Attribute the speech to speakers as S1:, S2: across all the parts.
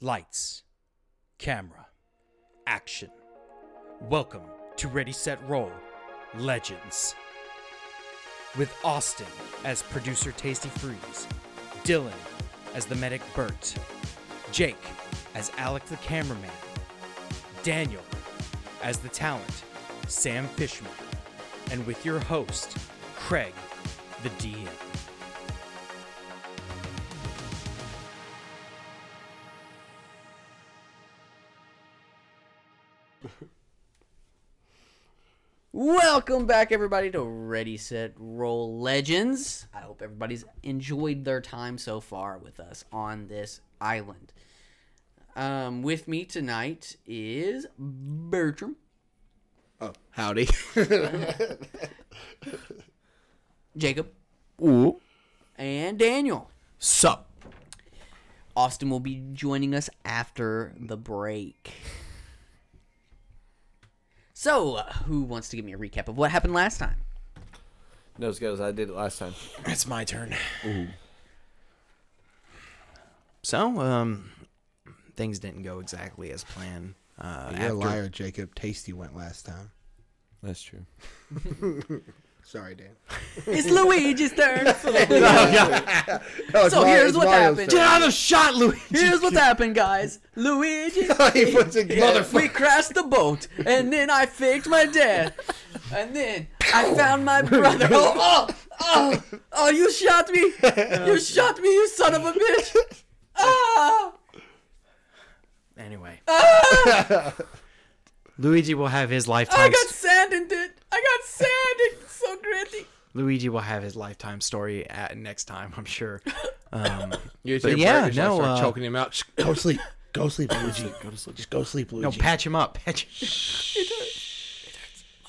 S1: Lights, camera, action. Welcome to Ready Set Roll Legends. With Austin as producer Tasty Freeze, Dylan as the medic Bert, Jake as Alec the cameraman, Daniel as the talent Sam Fishman, and with your host Craig the DM.
S2: Welcome back, everybody, to Ready, Set, Roll Legends. I hope everybody's enjoyed their time so far with us on this island. Um, with me tonight is Bertram.
S3: Oh, howdy.
S2: Jacob
S3: Ooh.
S2: and Daniel.
S3: Sup.
S2: Austin will be joining us after the break. So, uh, who wants to give me a recap of what happened last time?
S4: Nose goes. I did it last time.
S1: It's my turn. So, um,
S5: things didn't go exactly as planned. Uh,
S3: You're
S5: after-
S3: a liar, Jacob. Tasty went last time.
S4: That's true.
S3: Sorry, Dan.
S2: It's Luigi's turn.
S3: No, it's
S2: So
S3: Mario-
S2: here's
S3: it's
S2: what
S3: Mario's
S2: happened.
S3: turn.
S5: Another shot, Louis.
S2: Here's what's happened, guys. Luigi
S3: he puts a
S2: We crashed the boat, and then I faked my dad, and then I found my brother. Oh, oh, oh, oh! You shot me! You shot me! You son of a bitch! Ah!
S5: Anyway,
S2: ah
S5: Luigi will have his lifetime.
S2: I got
S5: st-
S2: sand in it. I got sand. It's so gritty.
S5: Luigi will have his lifetime story at next time. I'm sure. Um,
S3: You
S5: But yeah, no,
S3: Start
S5: uh,
S3: choking him out. Go sleep. Go sleep, Luigi. go to sleep. Just go sleep,
S5: no,
S3: Luigi.
S5: patch him up. Patch.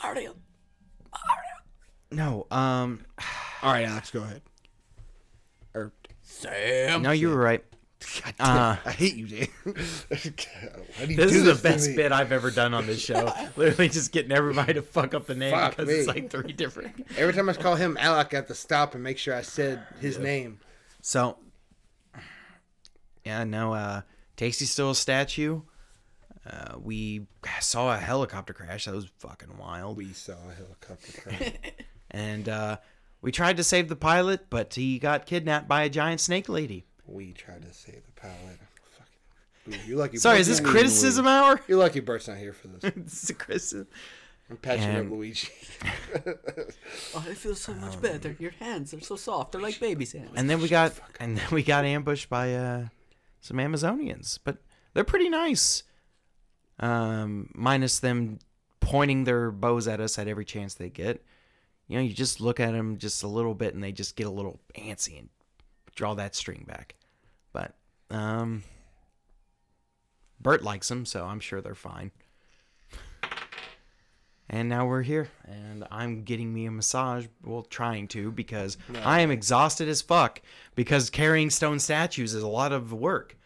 S2: Mario.
S5: No. Um.
S3: All right, Alex, go ahead. Or,
S2: Sam.
S5: No, you were right. Uh,
S3: I hate you, Dan. Why do you
S5: this
S3: do
S5: is the
S3: to
S5: best
S3: me?
S5: bit I've ever done on this show. Literally, just getting everybody to fuck up the name
S3: Fuck
S5: because
S3: me.
S5: it's like three different.
S3: Every time I call him Alec, I have to stop and make sure I said his name.
S5: So, yeah, no, uh, Tasty's still a statue. Uh, we saw a helicopter crash. That was fucking wild.
S3: We saw a helicopter crash.
S5: And, uh, we tried to save the pilot, but he got kidnapped by a giant snake lady.
S3: we tried to save the pilot. Fucking. Ooh, you're lucky.
S5: Sorry,
S3: Bert's
S5: is this
S3: not here.
S5: criticism hour?
S3: You're lucky Bert's not here for this.
S5: this is criticism.
S3: I'm patching
S5: And-
S3: up Luigi.
S2: Oh, it feels so much better. Your hands are so soft. They're like baby's hands.
S5: And then we got, and then we got ambushed by uh, some Amazonians, but they're pretty nice. Um, minus them pointing their bows at us at every chance they get. You know, you just look at them just a little bit, and they just get a little antsy and draw that string back. But um, Bert likes them, so I'm sure they're fine. And now we're here, and I'm getting me a massage. Well, trying to because I am exhausted as fuck because carrying stone statues is a lot of work.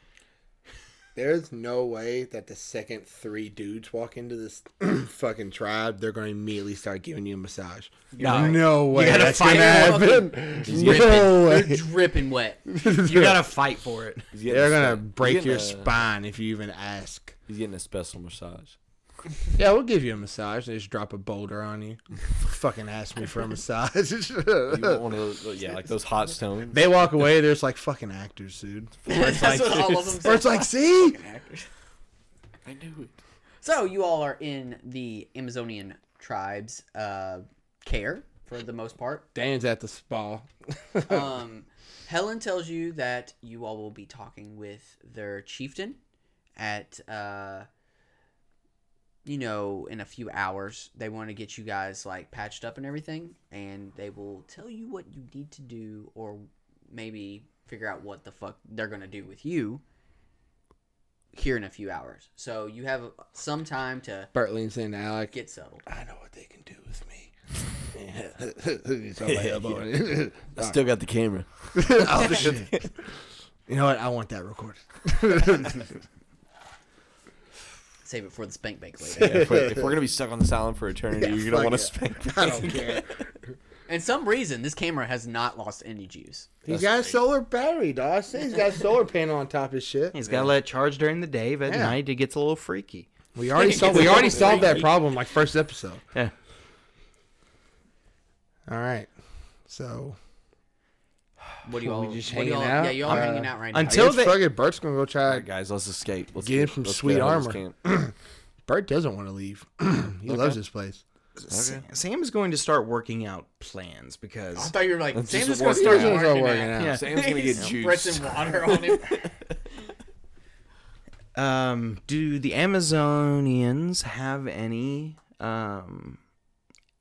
S3: There's no way that the second three dudes walk into this fucking tribe, they're going to immediately start giving you a massage.
S5: No.
S3: No way.
S5: gotta
S3: that's
S5: fight
S3: gonna happen. No
S2: Dripping. They're
S3: way.
S2: dripping wet.
S5: You gotta fight for it.
S4: He's
S3: They're gonna
S4: he's
S3: break
S4: getting
S3: your
S4: a-
S3: spine if you even ask.
S4: He's getting a special massage.
S3: Yeah, we'll give you a massage. They just drop a boulder on you. fucking ask me for a massage.
S4: You want one of those? Yeah, like those hot stones.
S3: they walk away. There's like fucking actors, dude.
S2: That's what all of them
S3: Or
S2: say.
S3: it's like, see,
S4: I knew it.
S2: So you all are in the Amazonian tribes' uh, care for the most part.
S3: Dan's at the spa.
S2: Um, Helen tells you that you all will be talking with their chieftain at, uh, you know, in a few hours. They want to get you guys like patched up and everything, and they will tell you what you need to do, or maybe figure out what the fuck they're gonna do with you here in a few hours. So you have some time to
S3: Bert leans in. to Alec,
S2: get settled.
S3: I know what they can do with me. He's on my elbow.
S4: I still got the camera.
S3: Oh, shit. You know what? I want that recorded.
S2: Save it for the spank bank later.
S4: Yeah, if, we're, if we're gonna be stuck on this island for eternity, you're gonna
S3: fuck
S4: want to
S3: yeah.
S4: spank.
S3: I don't care.
S2: And some reason, this camera has not lost any juice.
S3: He's got a solar battery, dog. I said He's got a solar panel on top of his shit.
S5: He's got to let it charge during the day, but at
S3: Yeah.
S5: night it gets a little freaky.
S3: We already solved. We already solved that problem like first episode.
S5: Yeah.
S3: All right. So
S2: What do you
S3: Are we
S2: all?
S3: just
S2: what do
S3: hanging
S2: y'all-
S3: out?
S2: Yeah, y'all are
S3: Uh,
S2: hanging out right now.
S5: Until
S3: until guess
S5: they-
S3: fucking Bert's gonna go try.
S4: right, guys, let's escape. Let's
S3: Get him some
S4: let's
S3: sweet
S4: get out of this
S3: armor.
S4: camp.
S3: Bert doesn't want to leave. he loves this place.
S5: Sa- Sam is going to start working out plans because
S2: I thought you were like,
S4: Let's
S2: Sam's
S4: just
S2: gonna
S4: work
S2: start
S4: it
S3: out.
S2: working,
S3: Working
S2: out.
S3: out.
S5: Yeah.
S4: Sam's gonna
S2: He's
S4: get
S2: spritzing
S4: juiced.
S2: water on him.
S5: um, do the Amazonians have any um,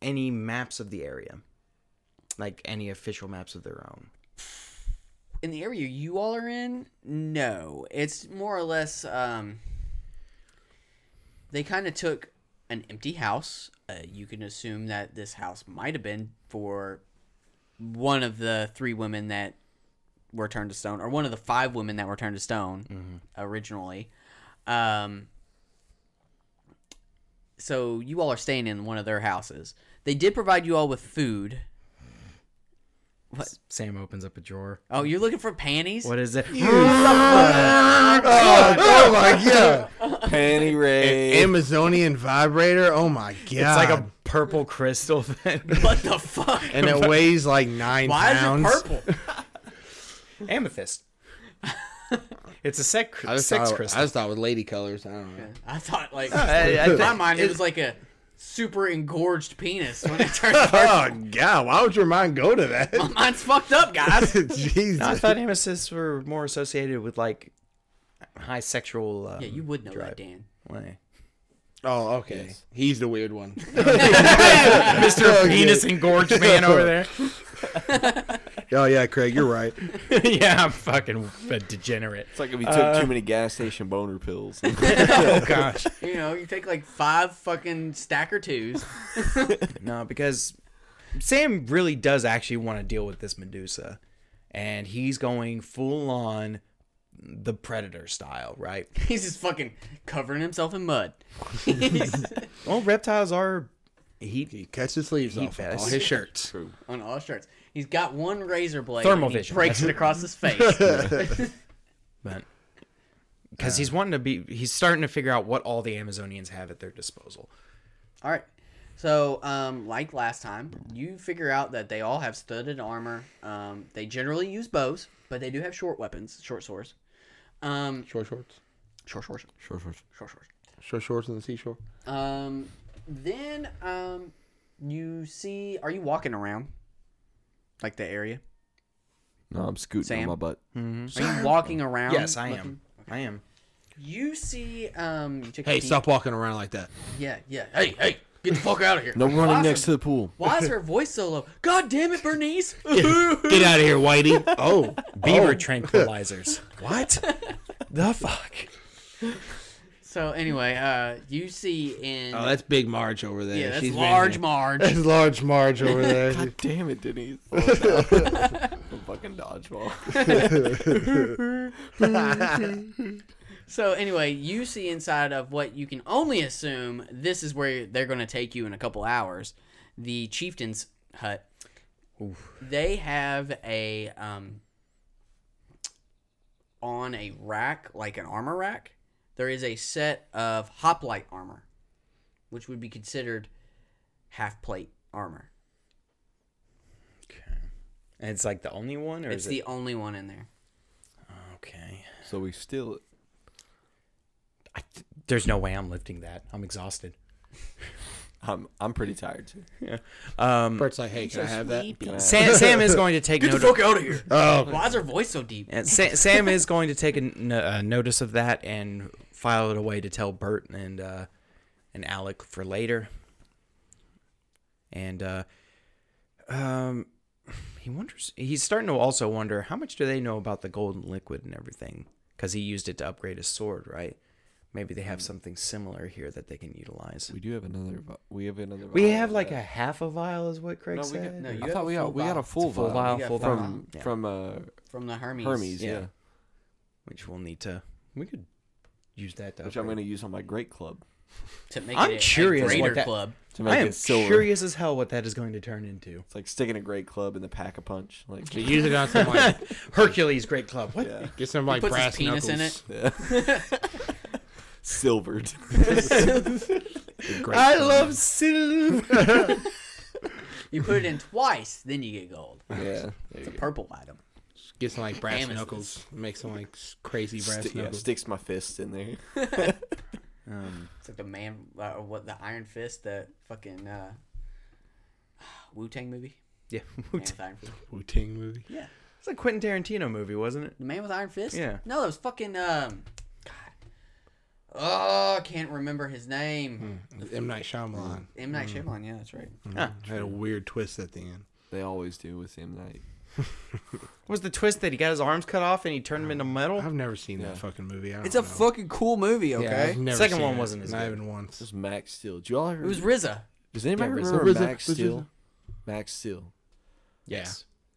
S5: any maps of the area, like any official maps of their own?
S2: in the area you all are in, no. It's more or less um they kind of took an empty house. Uh, you can assume that this house might have been for one of the three women that were turned to stone or one of the five women that were turned to stone originally. Um so you all are staying in one of their houses. They did provide you all with food.
S5: Sam opens up a drawer.
S2: Oh, you're looking for panties?
S5: What is it?
S3: Oh, oh my god!
S4: Panty raid.
S3: Amazonian vibrator. Oh my god!
S5: It's like a purple crystal thing.
S2: What the fuck?
S3: and it weighs like nine
S2: Why
S3: pounds.
S2: is it purple?
S5: Amethyst. It's a sex,
S3: I just,
S5: sex
S3: thought, I
S5: crystal.
S3: just thought it was lady colors. I don't know.
S2: I thought like
S5: I- I
S2: in my
S5: think
S2: mind it was like a super engorged penis when it turned purple.
S3: Oh god! Why would your mind go to that?
S2: Mine's fucked up, guys.
S3: Jesus.
S5: No, I thought amethysts were more associated with like high sexual. Um,
S2: Yeah, you would know
S5: Drive.
S2: that, Dan.
S5: way.
S3: Oh, okay. He's the weird one.
S5: Mr.
S3: Okay.
S5: Penis engorged man over there.
S3: oh yeah, Craig, you're right.
S5: yeah, I'm fucking a degenerate.
S4: It's like if you took too many gas station boner pills.
S5: Oh gosh.
S2: You know, you take like five fucking stacker twos.
S5: no, because Sam really does actually want to deal with this Medusa, and he's going full on the predator style, right?
S2: He's just fucking covering himself in mud.
S5: Well, reptiles are heat.
S3: He cuts his sleeves off on
S5: fast.
S3: all his shirts.
S2: on all shirts. He's got one razor blade.
S5: Thermal
S2: and he
S5: vision.
S2: breaks it across his face.
S5: But because he's wanting to be, he's starting to figure out what all the Amazonians have at their disposal.
S2: All right. So, um, like last time, you figure out that they all have studded armor. Um, they generally use bows, but they do have short weapons, short swords. Um,
S3: Short shorts.
S2: short swords,
S4: Sure, sure.
S2: short swords.
S3: Short shorts on the seashore.
S2: Um, then um, you see, are you walking around, like the area?
S4: No, I'm scooting
S2: Sam?
S4: on my butt.
S2: Are you walking around?
S5: Yes, I
S2: looking?
S5: am. I am.
S2: You see, um, you take a
S3: Hey,
S2: deep-
S3: stop walking around like that.
S2: Yeah, yeah. Hey, hey, get the fuck out of here.
S4: No running
S2: Awesome.
S4: next to the pool.
S2: Why is her voice so low? God damn it, Bernice!
S3: Get out of here, Whitey. Oh,
S1: Beaver
S3: Oh.
S1: tranquilizers. what? The fuck?
S2: So anyway, uh, you see in
S3: Oh, that's Big Marge over there.
S2: yeah, that's
S3: She's
S2: large
S3: been-
S2: Marge.
S3: That's large Marge over there.
S4: God damn it, Denise. Oh, no. A fucking dodgeball.
S2: So anyway, you see inside of what you can only assume this is where they're going to take you in a couple hours, the chieftain's hut. They have a um on a rack like an armor rack. There is a set of hoplite armor, which would be considered half plate armor.
S5: And it's like the only one, or
S2: It's
S5: is
S2: the
S5: it?
S2: only one in there.
S5: Okay.
S4: So we steal it.
S1: I th- there's no way I'm lifting that. I'm exhausted.
S4: I'm I'm pretty tired too.
S5: Um,
S3: Bert's like, hey, can I have that?
S2: Sleepy.
S5: Sam, Sam is going to take
S2: Get the
S5: note.
S2: fuck out of here.
S3: Oh,
S2: Why is her voice so deep?
S5: And Sam, Sam is going to take a, n- uh notice of that and file it away to tell Bert and uh, and Alec for later. And uh, um, he wonders. He's starting to also wonder how much do they know about the golden liquid and everything because he used it to upgrade his sword, right? Maybe they have something similar here that they can utilize.
S4: Mm. We do have another. vi- We have another.
S5: We
S4: vial
S5: have
S4: of
S5: like a
S4: that.
S5: half a vial, is what Craig
S4: No, we got,
S5: said.
S2: no, you
S4: I
S2: have a
S4: thought we
S2: full
S4: got we got
S2: vial.
S4: a full,
S5: full
S4: vial,
S5: vial,
S2: got
S5: full
S2: full
S5: vial,
S4: from from uh,
S2: From the Hermes.
S4: Hermes. Yeah.
S5: Yeah. which we'll need to. We could use that. To
S4: which I'm
S5: upgrade.
S4: gonna use on my great club.
S2: to make
S5: I'm
S2: it a-
S5: curious
S2: a
S5: what
S2: greater
S5: that-
S2: club.
S4: To
S5: I am
S4: it silver.
S5: curious as hell what that is going to turn into.
S4: It's like sticking a great club in the pack a punch. Like
S3: You usually got some like
S5: Hercules Great Club. What?
S4: yeah,
S3: get some like
S2: puts his
S3: brass
S2: penis in
S3: knuckles.
S4: silvered.
S3: Great
S5: I
S3: club.
S5: love silver.
S2: You put it in twice, then you get gold.
S4: yeah,
S2: It's a purple item.
S3: get some like brass
S2: Amethyst.
S3: knuckles. Make some like s- crazy brass
S4: Sti- yeah,
S3: knuckles.
S4: sticks my fist in there.
S5: Um,
S2: It's like the man, uh, or what the Iron Fist, the fucking uh, Wu Tang movie.
S5: yeah,
S2: Man with Iron Fist.
S3: Wu Ting movie.
S2: Yeah,
S5: it's a Quentin Tarantino movie, wasn't it?
S2: the man with Iron Fist.
S5: Yeah.
S2: No, that was fucking um, God. Oh, I can't remember his
S3: Hmm.
S2: name.
S3: M Night Shyamalan
S2: M Night Shyamalan. Yeah, that's right.
S3: had a weird twist at the end.
S4: They always do with him. Night.
S5: Was the twist that he got his arms cut off and he turned them into metal?
S3: I've never seen
S4: Yeah.
S3: that fucking movie. I don't
S2: It's a
S3: know.
S2: fucking cool movie.
S3: Yeah,
S2: Okay.
S3: I've never
S5: Second
S3: seen
S5: one
S3: it,
S5: wasn't as
S3: not
S5: good.
S3: even once.
S4: This is Max Steel. Do y'all ever?
S2: it was RZA.
S4: does anybody
S3: Yeah, RZA,
S4: remember
S3: RZA,
S4: Max
S3: RZA.
S4: Steel? Max Steel.
S3: Yeah.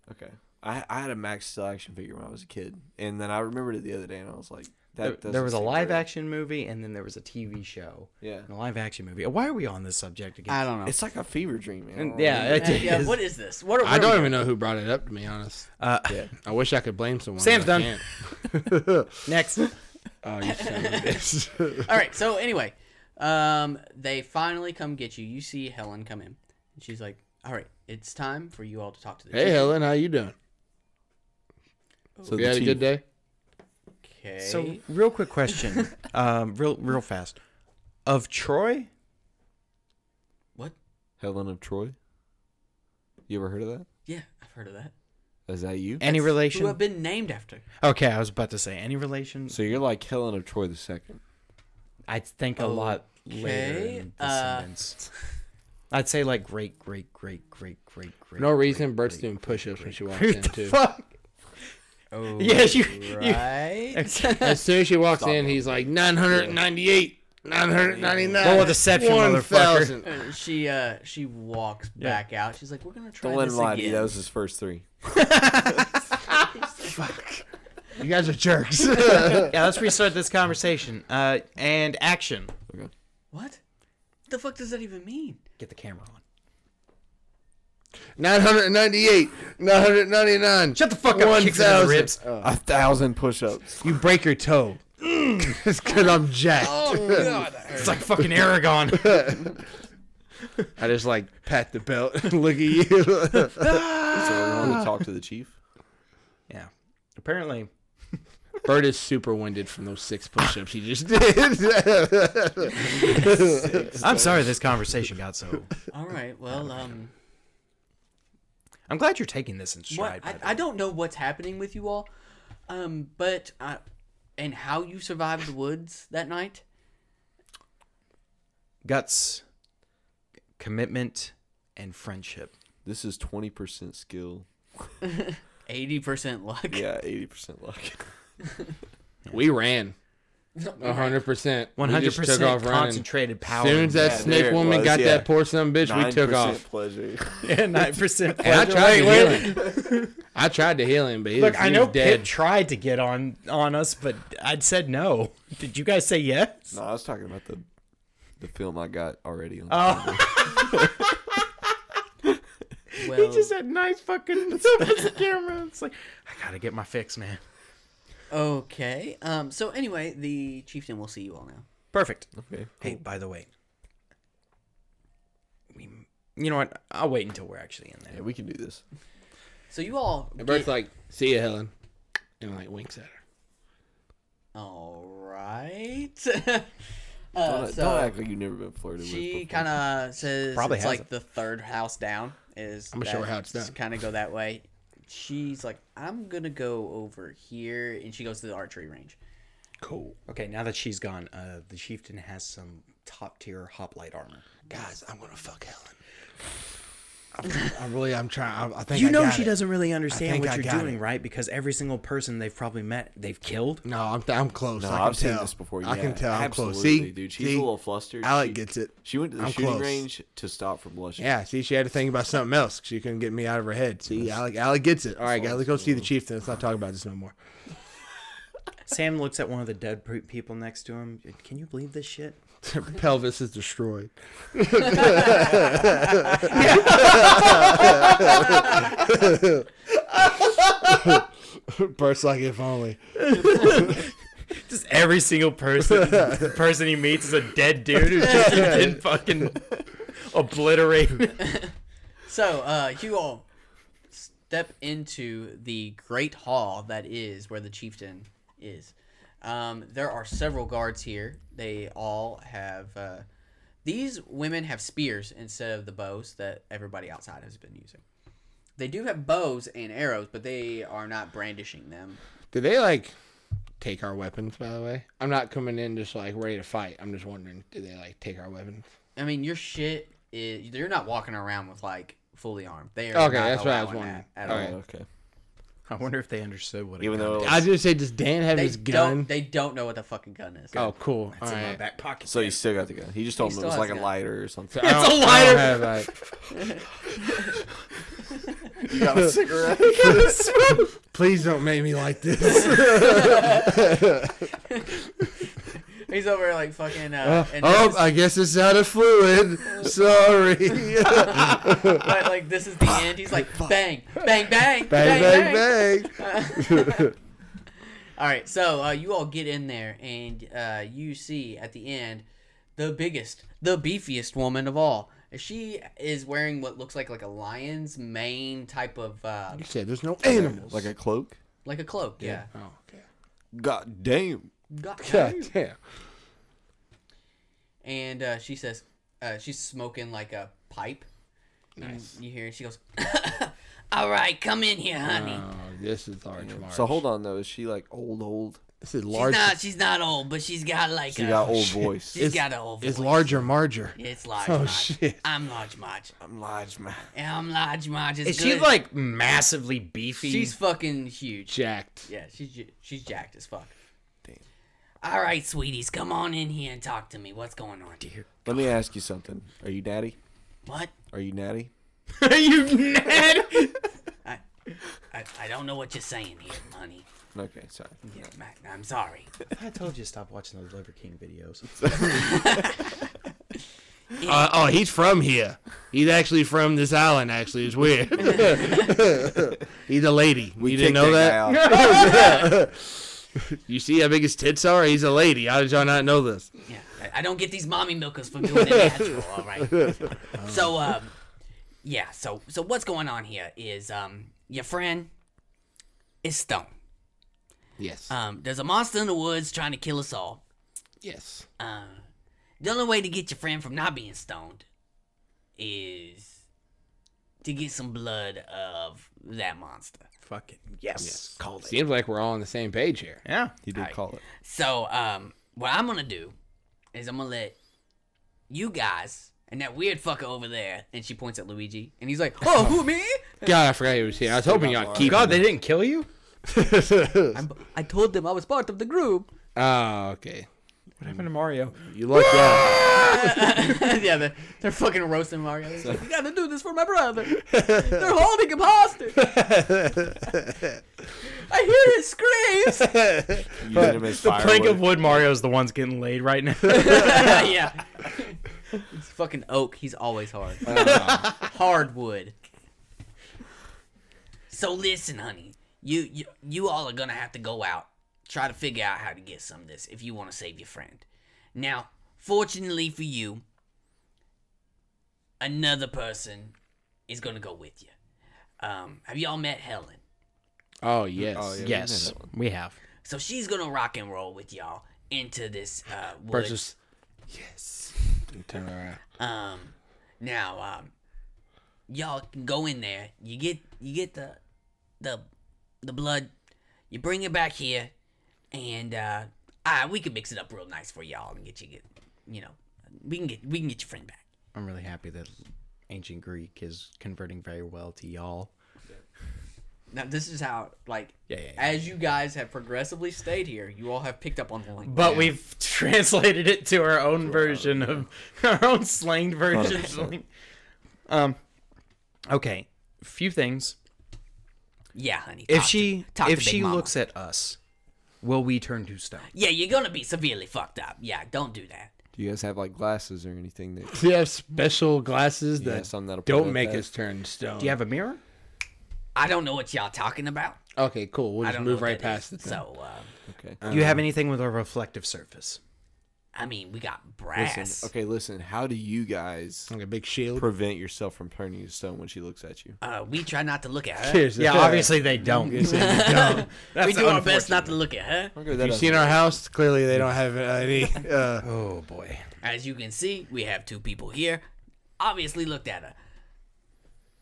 S4: Okay. I, I had a Max Steel action figure when I was a kid, and then I remembered it the other day, and I was like,
S5: There,
S4: "That."
S5: there
S4: doesn't
S5: was a
S4: seem
S5: live
S4: right.
S5: action movie and then there was a TV show.
S4: Yeah.
S5: And a live action movie. Why are we on this subject again?
S2: I don't know.
S4: It's like a fever dream, man. I
S5: And-
S4: don't
S5: yeah,
S4: know.
S5: it
S2: Uh, yeah,
S5: is.
S2: what is this? What? Are,
S3: I don't even know who brought it up to be honest.
S5: Uh,
S3: I wish I could blame someone.
S5: Sam's
S3: but I
S5: done.
S3: can't.
S5: Next.
S3: oh, you son of a bitch.
S2: All right. So anyway, um, they finally come get you. You see Helen come in, and she's like, "All right, it's time for you all to talk to the
S3: hey
S2: chief."
S3: Helen, how you doing?
S4: So
S3: you
S4: the
S3: had a
S4: chief-
S3: good day.
S2: Okay.
S5: So, real quick question, um, real real fast. Of Troy,
S2: what?
S4: Helen of Troy. You ever heard of that?
S2: Yeah, I've heard of that.
S4: Is that you?
S5: any relation?
S2: Who have been named after?
S5: okay, I was about to say any relation.
S4: So you're like Helen of Troy the second.
S5: I'd think a lot later
S2: Okay,
S5: in
S2: uh,
S5: descendants. I'd say like great, great, great, great, great, great.
S3: No reason
S5: great,
S3: Bert's
S5: great,
S3: doing push-ups when she walks
S5: great-
S3: in
S5: Who the
S3: too.
S5: fuck?
S2: Oh,
S5: Yes, you- you-
S2: right.
S3: As soon as she walks in, he's like 998, 999.
S5: Roll with the deception, motherfucker.
S3: 1,000.
S2: Uh, she uh, she walks back out. She's like, "We're gonna try
S4: Don't let him
S2: this
S4: lie to you.
S2: again."
S4: That was his first three.
S3: You guys are jerks.
S5: yeah, let's restart this conversation. Uh, and action.
S4: Okay.
S2: What? The fuck does that even mean?
S5: Get the camera on.
S3: 998, 999.
S5: Shut the fuck up. Kicks it in the
S3: 1,000.
S5: ribs.
S4: A thousand push-ups.
S3: You break your toe. It's good. I'm jacked.
S5: It's like fucking Aragon.
S3: I just like pat the belt and look at you.
S4: So we're going to talk to the chief.
S5: yeah. Apparently,
S3: Bert is super winded from those six push-ups he just did.
S5: I'm sorry this conversation got so.
S2: All right. Well, um,
S5: I'm glad you're taking this in stride.
S2: what?
S5: by
S2: I,
S5: the
S2: I don't know what's happening with you all, um, but I, and how you survived the woods that night.
S5: guts, commitment, and friendship.
S4: This is twenty percent skill.
S2: Eighty percent luck.
S4: Yeah, eighty percent luck.
S3: we ran. Uh-huh. 100%.
S5: One
S3: We
S5: hundred
S3: just took
S5: percent
S3: off running.
S5: concentrated power.
S3: Soon as that
S4: Yeah, there
S3: snake
S4: it
S3: woman
S4: was,
S3: got
S4: yeah.
S3: that poor son bitch, we took
S4: 9%
S3: off.
S4: Pleasure.
S5: nine percent.
S3: And I tried to heal him. I tried to heal him, but he
S5: Look,
S3: was,
S5: I
S3: he
S5: know
S3: was dead.
S5: Pitt tried to get on on us, but I'd said no. Did you guys say yes?
S4: No, I was talking about the the film I got already. On
S5: Oh,
S2: Well,
S5: had nice fucking the camera. It's like I gotta get my fix, man.
S2: okay. Um. So anyway, the chieftain will see you all now.
S5: Perfect.
S4: Okay.
S5: Hey, by the way, we, you know what? I'll wait until we're actually in
S4: Yeah,
S5: there.
S4: we can do this.
S2: So you all.
S3: And
S2: Get,
S3: Bert's like, see ya, Helen. And like winks at her.
S2: all right.
S4: Don't,
S2: uh,
S4: don't
S2: so
S4: act like you've never been flirted
S2: she
S4: with.
S2: kind
S4: before.
S2: of says
S5: Probably
S2: it's
S5: has
S2: like
S5: it.
S2: the third house down is.
S3: I'ma show her how it's done.
S2: Kind of go that way. She's like, I'm gonna go over here, and she goes to the archery range.
S3: Cool.
S5: Okay, now that she's gone, uh, the chieftain has some top tier hoplite armor.
S3: Guys, I'm gonna fuck Helen. I'm, I'm really, I'm trying. I, I think
S5: You
S3: I
S5: know
S3: got
S5: she
S3: it.
S5: doesn't really
S3: think
S5: understand what
S3: I
S5: you're
S3: got
S5: doing,
S3: it.
S5: right? Because every single person they've probably met, they've killed.
S3: No, I'm, I'm close.
S4: No,
S3: I can
S4: I've seen
S3: tell.
S4: this before.
S3: I can
S4: yeah,
S3: tell. I'm
S4: absolutely,
S3: close. See,
S4: dude, she's
S3: See?
S4: a little flustered.
S3: Alec
S4: she,
S3: gets it.
S4: She went to the
S3: I'm
S4: shooting
S3: close.
S4: range to stop from blushing.
S3: Yeah, see, she had to think about something else. She couldn't get me out of her head. See, Alec, Alec gets it. All right, guys, let's go see the chief. Then let's not talk about this no more.
S5: Sam looks at one of the dead pe- people next to him. Can you believe this shit?
S3: Their pelvis is destroyed. Burst like if only.
S1: Just every single person person he meets is a dead dude who just been fucking obliterated.
S2: So, uh, you all step into the great hall that is where the chieftain is. Um, there are several guards here. They all have. Uh, these women have spears instead of the bows that everybody outside has been using. They do have bows and arrows, but they are not brandishing them.
S3: Do they like take our weapons? By the way, I'm not coming in just like ready to fight. I'm just wondering, do they like take our weapons?
S2: I mean, your shit is. You're not walking around with, like, fully armed. They are
S3: Okay,
S2: not
S3: that's what I was
S2: allowing
S3: wondering.
S2: that at
S3: All
S2: all.
S3: right.
S4: Oh, Okay.
S5: I wonder if they understood what.
S4: Even though,
S3: I was gonna say, does Dan have
S2: They
S3: his gun?
S2: don't. They don't know what the fucking gun is.
S3: oh, cool.
S5: it's
S3: All
S5: in my
S3: right.
S5: back pocket.
S4: so you still got the gun. He just told
S2: He
S4: him it
S2: still has
S4: was like a
S2: the gun.
S4: lighter or something.
S3: I don't-
S1: a
S3: I don't
S1: lighter.
S3: have, like-
S4: you got a cigarette.
S3: Please don't make me like this.
S2: He's over here like fucking. Uh,
S3: Uh,
S2: and
S3: oh,
S2: this is,
S3: I guess it's out of fluid. Sorry.
S2: like, like, this is the end. He's like bang, bang, bang, bang,
S3: bang,
S2: bang,
S3: bang, bang.
S2: All right, so uh, you all get in there and uh, you see at the end the biggest, the beefiest woman of all. She is wearing what looks like like a lion's mane type of uh,
S3: You said there's no animals.
S4: like a cloak.
S2: like a cloak. Yeah.
S3: Oh, okay.
S4: God damn.
S2: God.
S3: God damn.
S2: And uh, she says uh, she's smoking like a pipe. And you hear she goes, "All right, come in here, honey."
S3: Oh, this is large March.
S4: So hold on though. Is she like old old?
S3: This is
S2: She's
S3: large.
S2: not. She's not old, but she's got like
S4: She
S2: a.
S4: got old voice.
S2: she's got an old.
S3: It's
S2: voice.
S3: larger Marger.
S2: It's large.
S3: Oh,
S2: Marge.
S3: shit.
S2: I'm large, Marge.
S4: I'm large man.
S2: And I'm large, Marge. It's
S1: Is she
S2: good.
S1: like massively beefy?
S2: She's fucking huge.
S3: Jacked.
S2: yeah, she's ju- she's jacked as fuck.
S4: Damn.
S2: All right, sweeties, come on in here and talk to me. What's going on?
S4: Let me ask you something. Are you natty?
S2: What?
S4: Are you natty?
S1: Are you mad?
S2: I, I I don't know what you're saying here, honey.
S4: Okay, sorry.
S2: Yeah, Mac, I'm sorry.
S5: I told you to stop watching those Liver King videos.
S3: Uh, oh, he's from here. He's actually from this island. Actually, it's weird. he's a lady. you didn't
S4: Kick
S3: know that?
S4: guy out.
S3: You see how big his tits are? He's a lady. How did y'all not know this?
S2: Yeah, I, I don't get these mommy milkers for doing it natural. All right. So um, yeah. So so what's going on here is um, your friend is Stone.
S3: Yes.
S2: Um, there's a monster in the woods trying to kill us all.
S3: yes.
S2: Uh, the only way to get your friend from not being stoned is to get some blood of that monster.
S5: Fucking yes, called it.
S3: Seems like we're all on the same page here.
S5: Yeah,
S4: He did call it.
S2: So, um, what I'm gonna do is I'm gonna let you guys and that weird fucker over there, and she points at Luigi, and he's like, "Oh, who me?
S3: God, I forgot he was here. I was hoping y'all keep.
S5: Oh God, they didn't kill you.
S2: I'm, I told them I was part of the group."
S3: Oh, okay.
S5: What happened to Mario?
S3: You lucked out.
S2: yeah, they're, they're fucking roasting Mario. He's like, "You gotta do this for my brother. They're holding him hostage. I hear his screams."
S4: You did him as
S1: the plank of
S4: firewood.
S1: wood Mario's the one's getting laid right now.
S2: yeah. It's fucking oak. He's always hard. Hardwood. So listen, honey. You, you you all are gonna have to go out, try to figure out how to get some of this if you want to save your friend. Now, fortunately for you, another person is gonna go with you. Um, have y'all met Helen?
S3: Oh yes.
S4: Oh, yeah.
S1: yes, we have.
S2: So she's gonna rock and roll with y'all into this uh, woods.
S3: Versus. Yes. Turn around.
S2: Um, now, um, y'all can go in there. You get you get the the the blood. You bring it back here, and uh, ah, we can mix it up real nice for y'all and get you get you know we can get we can get your friend back.
S5: I'm really happy that ancient Greek is converting very well to y'all.
S2: Now this is how like
S5: Yeah, yeah, yeah.
S2: as you guys have progressively stayed here, you all have picked up on the language.
S1: But we've translated it to our own version of our own slang version.
S5: Um, okay, few things.
S2: yeah, honey.
S5: If
S2: talk to-
S5: she
S2: talk to
S5: if
S2: Big
S5: she
S2: Mama.
S5: looks at us,
S1: will we turn to stone?
S2: Yeah, you're gonna be severely fucked up. Yeah, don't do that.
S4: Do you guys have like glasses or anything that?
S3: Do you have special glasses that
S4: Yes, I'm not a part
S3: don't
S4: of
S3: make
S4: that.
S3: us turn stone?
S5: Do you have a mirror?
S2: I don't know what y'all talking about.
S3: okay, cool. We'll
S2: I
S3: just
S2: don't
S3: move
S2: know what
S3: right
S2: that
S3: past
S2: is.
S3: it. then.
S2: So, uh,
S4: Okay.
S5: Do you have anything with a reflective surface?
S2: I mean, we got brass.
S4: Listen, okay, listen. How do you guys
S3: like a big shield.
S4: prevent yourself from turning to stone when she looks at you?
S2: Uh, we try not to look at her.
S3: Cheers. that's right.
S5: they don't.
S2: we do our best not to look at her.
S4: Okay,
S3: If
S4: that
S3: you've seen our house, clearly they don't have any. Uh,
S5: Oh boy.
S2: As you can see, we have two people here. Obviously, looked at her.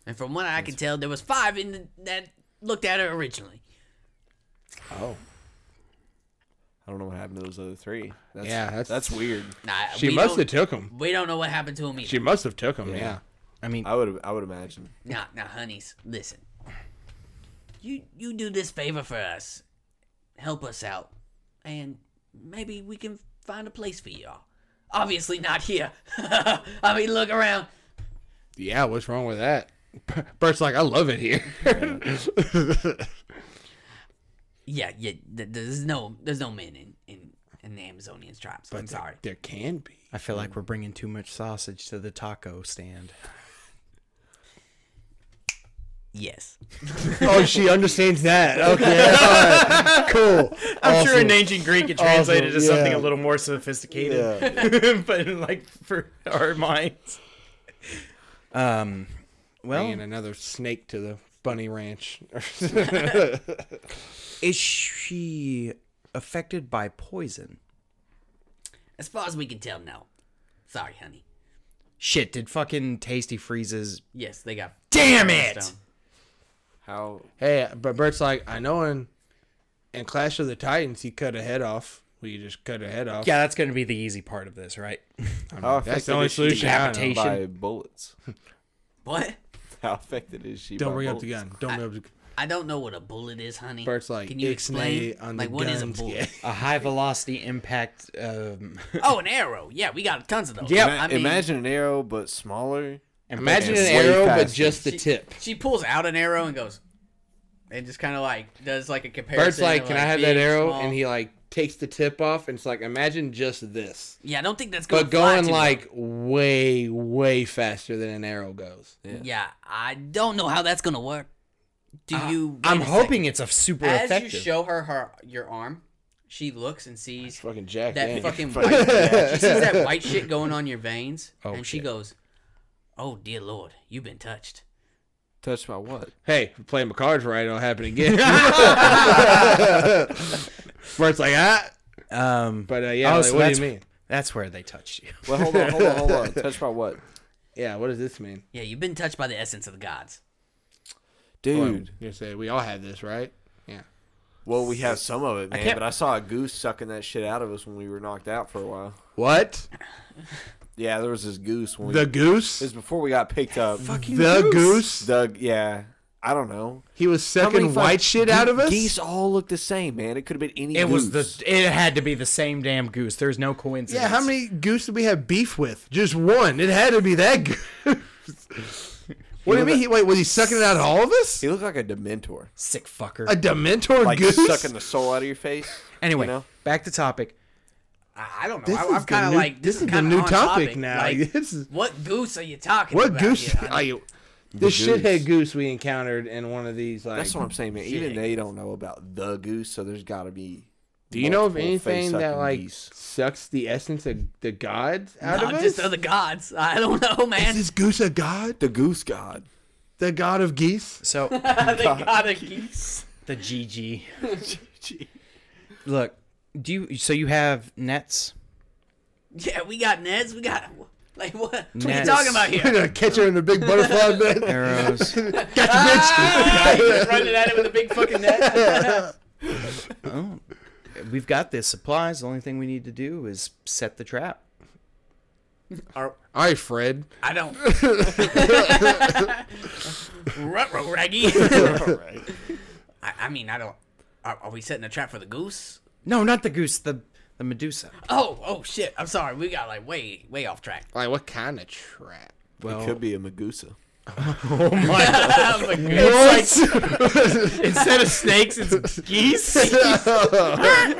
S2: And from what I can tell, there was five in the, that looked at her originally.
S3: oh,
S4: I don't know what happened to those other three. That's,
S3: Yeah, that's-
S4: that's that's weird.
S2: Nah,
S3: she
S2: we
S3: must have
S2: don't-
S3: took him.
S2: We don't know what happened to him either.
S3: She must have took him. Yeah.
S5: I mean,
S4: I would I would imagine.
S2: Now, now, honeys, listen. You you do this favor for us, help us out, and maybe we can find a place for y'all. Obviously not here. I mean, look around.
S3: Yeah. What's wrong with that? Bert's like, I love it here.
S2: Yeah, yeah. Th- there's no there's no men in in, in the Amazonian tribes. I'm sorry.
S3: There can be.
S5: I feel like we're bringing too much sausage to the taco stand.
S2: Yes.
S3: Oh, she understands that. Okay. all right, Cool.
S5: I'm sure
S3: Awesome.
S5: in ancient Greek it translated
S3: Awesome,
S5: to something
S3: yeah.
S5: a little more sophisticated, but like for our minds. Um. Well,
S3: Bringing another snake to the bunny ranch.
S5: is she affected by poison?
S2: As far as we can tell, no. Sorry, honey.
S5: Shit! Did fucking Tasty Freeze's?
S2: Yes, they got.
S5: Damn it!
S2: Stone.
S4: How
S3: hey, but Bert's like, I know in in Clash of the Titans he cut a head off. We just cut a head off.
S5: Yeah, that's gonna be the easy part of this, right?
S3: I mean,
S4: how
S3: that's
S4: affected
S3: the only
S4: is she
S3: solution. I know.
S5: Decapitation.
S4: by bullets?
S2: What?
S4: How affected is she?
S3: Don't
S4: by
S3: bring up
S4: bullets?
S3: the gun. Don't bring up the gun.
S2: I don't know what a bullet is, honey.
S3: Bert's like,
S2: can you
S3: it's
S2: explain?
S3: Nate on
S2: like,
S3: the
S2: what is a
S3: guns,
S2: bullet?
S3: yeah.
S5: A high velocity impact. Um,
S2: Oh, an arrow. Yeah, we got tons of those.
S3: Yeah,
S4: Ima-
S2: I mean,
S4: imagine an arrow but smaller.
S3: Imagine an
S4: It's way
S3: arrow, but
S4: faster.
S3: just the tip.
S2: She pulls out an arrow and goes, and just kind of like does like a comparison.
S3: Bert's like,
S2: of,
S3: "Can I have that
S2: big,
S3: arrow?"
S2: small."
S3: And he like takes the tip off, and it's like, imagine just this,
S2: yeah, I don't think that's gonna.
S3: but
S2: fly
S3: going
S2: too
S3: like way, way faster than an arrow goes.
S2: well. yeah, I don't know how that's gonna work. Do
S3: Uh,
S2: you? wait
S5: I'm
S2: a
S5: hoping
S2: second.
S5: it's a super
S2: as
S5: effective.
S2: you show her her your arm, she looks and sees
S3: Fucking Jack.
S2: that
S3: Daniels.
S2: fucking white. she sees that white shit going on your veins, and she goes, "Oh dear lord, you've been touched."
S4: Touched by what?
S3: hey, if I'm playing my cards right, it'll happen again. Bert's like, ah,
S5: um,
S3: but uh, yeah,
S5: Oh,
S3: like,
S5: so
S3: what do
S5: that's-
S3: you mean?
S5: that's where they touched you.
S4: Well, hold on, hold on, hold on. Touched by what,
S3: Yeah, what does this mean?
S2: Yeah, you've been touched by the essence of the gods.
S4: dude?
S3: You say we all have this, right? Yeah.
S4: Well, we have some of it, man.
S5: can't-
S4: but I saw a goose sucking that shit out of us when we were knocked out for a while.
S3: What?
S4: Yeah, there was this goose when we,
S3: The
S4: it was
S3: goose?
S4: before we got picked up.
S3: The goose?
S4: Doug, yeah, I don't know.
S3: He was sucking
S4: fuck-
S3: white shit
S4: Ge-
S3: out of us.
S4: Geese all look the same, man. It could have been any.
S5: It was
S4: goose.
S5: the. It had to be the same damn goose. There's no coincidence.
S3: Yeah, how many goose did we have beef with? Just one. It had to be that goose. what do you mean? He, wait, was he sucking it out of all of us?
S4: He looked like a Dementor,
S5: Sick fucker.
S3: A Dementor
S4: like
S3: goose?
S4: sucking the soul out of your face.
S5: anyway,
S4: you know?
S5: back to topic.
S2: I, I don't know.
S3: This
S2: I,
S3: is
S2: I'm
S3: the
S2: kind of
S3: new-
S2: like this,
S3: this
S2: is
S3: is the
S2: kind of
S3: new
S2: new topic,
S3: topic now.
S2: Like,
S3: This is-
S2: what goose are you talking
S3: what
S2: about?
S3: goose?
S2: here, honey?
S3: Like, this
S4: goose.
S3: shithead goose we encountered in one of these. Like,
S4: That's what I'm saying, man. Even they don't know about the goose, so there's got to be.
S3: do you know of
S4: multiple
S3: anything that
S4: face-sucking
S3: like
S4: geese.
S3: sucks the essence of the gods out
S2: Nah,
S3: of us?
S2: just other gods. I don't know, man.
S3: is this goose a god?
S4: the goose god?
S3: The god of geese?
S5: So
S2: they got a geese.
S5: the GG. Look, do you? So you have nets.
S2: Yeah, we got Neds. We got like what? What are you
S5: Nets.
S2: talking about
S3: We're
S2: here?
S3: gonna catch her in the big butterfly net.
S5: Arrows.
S2: Ah, he was running at it with a big fucking net.
S5: oh, we've got this supplies. The only thing we need to do is set the trap.
S3: All right, Fred.
S2: I don't. Ruh-roh, Raggy. I, I mean, I don't. Are, are we setting a trap for the goose?
S5: No, not the goose. The the Medusa.
S2: Oh, oh shit! I'm sorry. We got like way, way off track.
S3: Like, what kind of trap?
S5: Well,
S4: It could be a Magusa.
S5: Oh my!
S2: I'm like,
S3: Oh,
S5: It's like- instead of snakes, it's geese.
S2: this campaign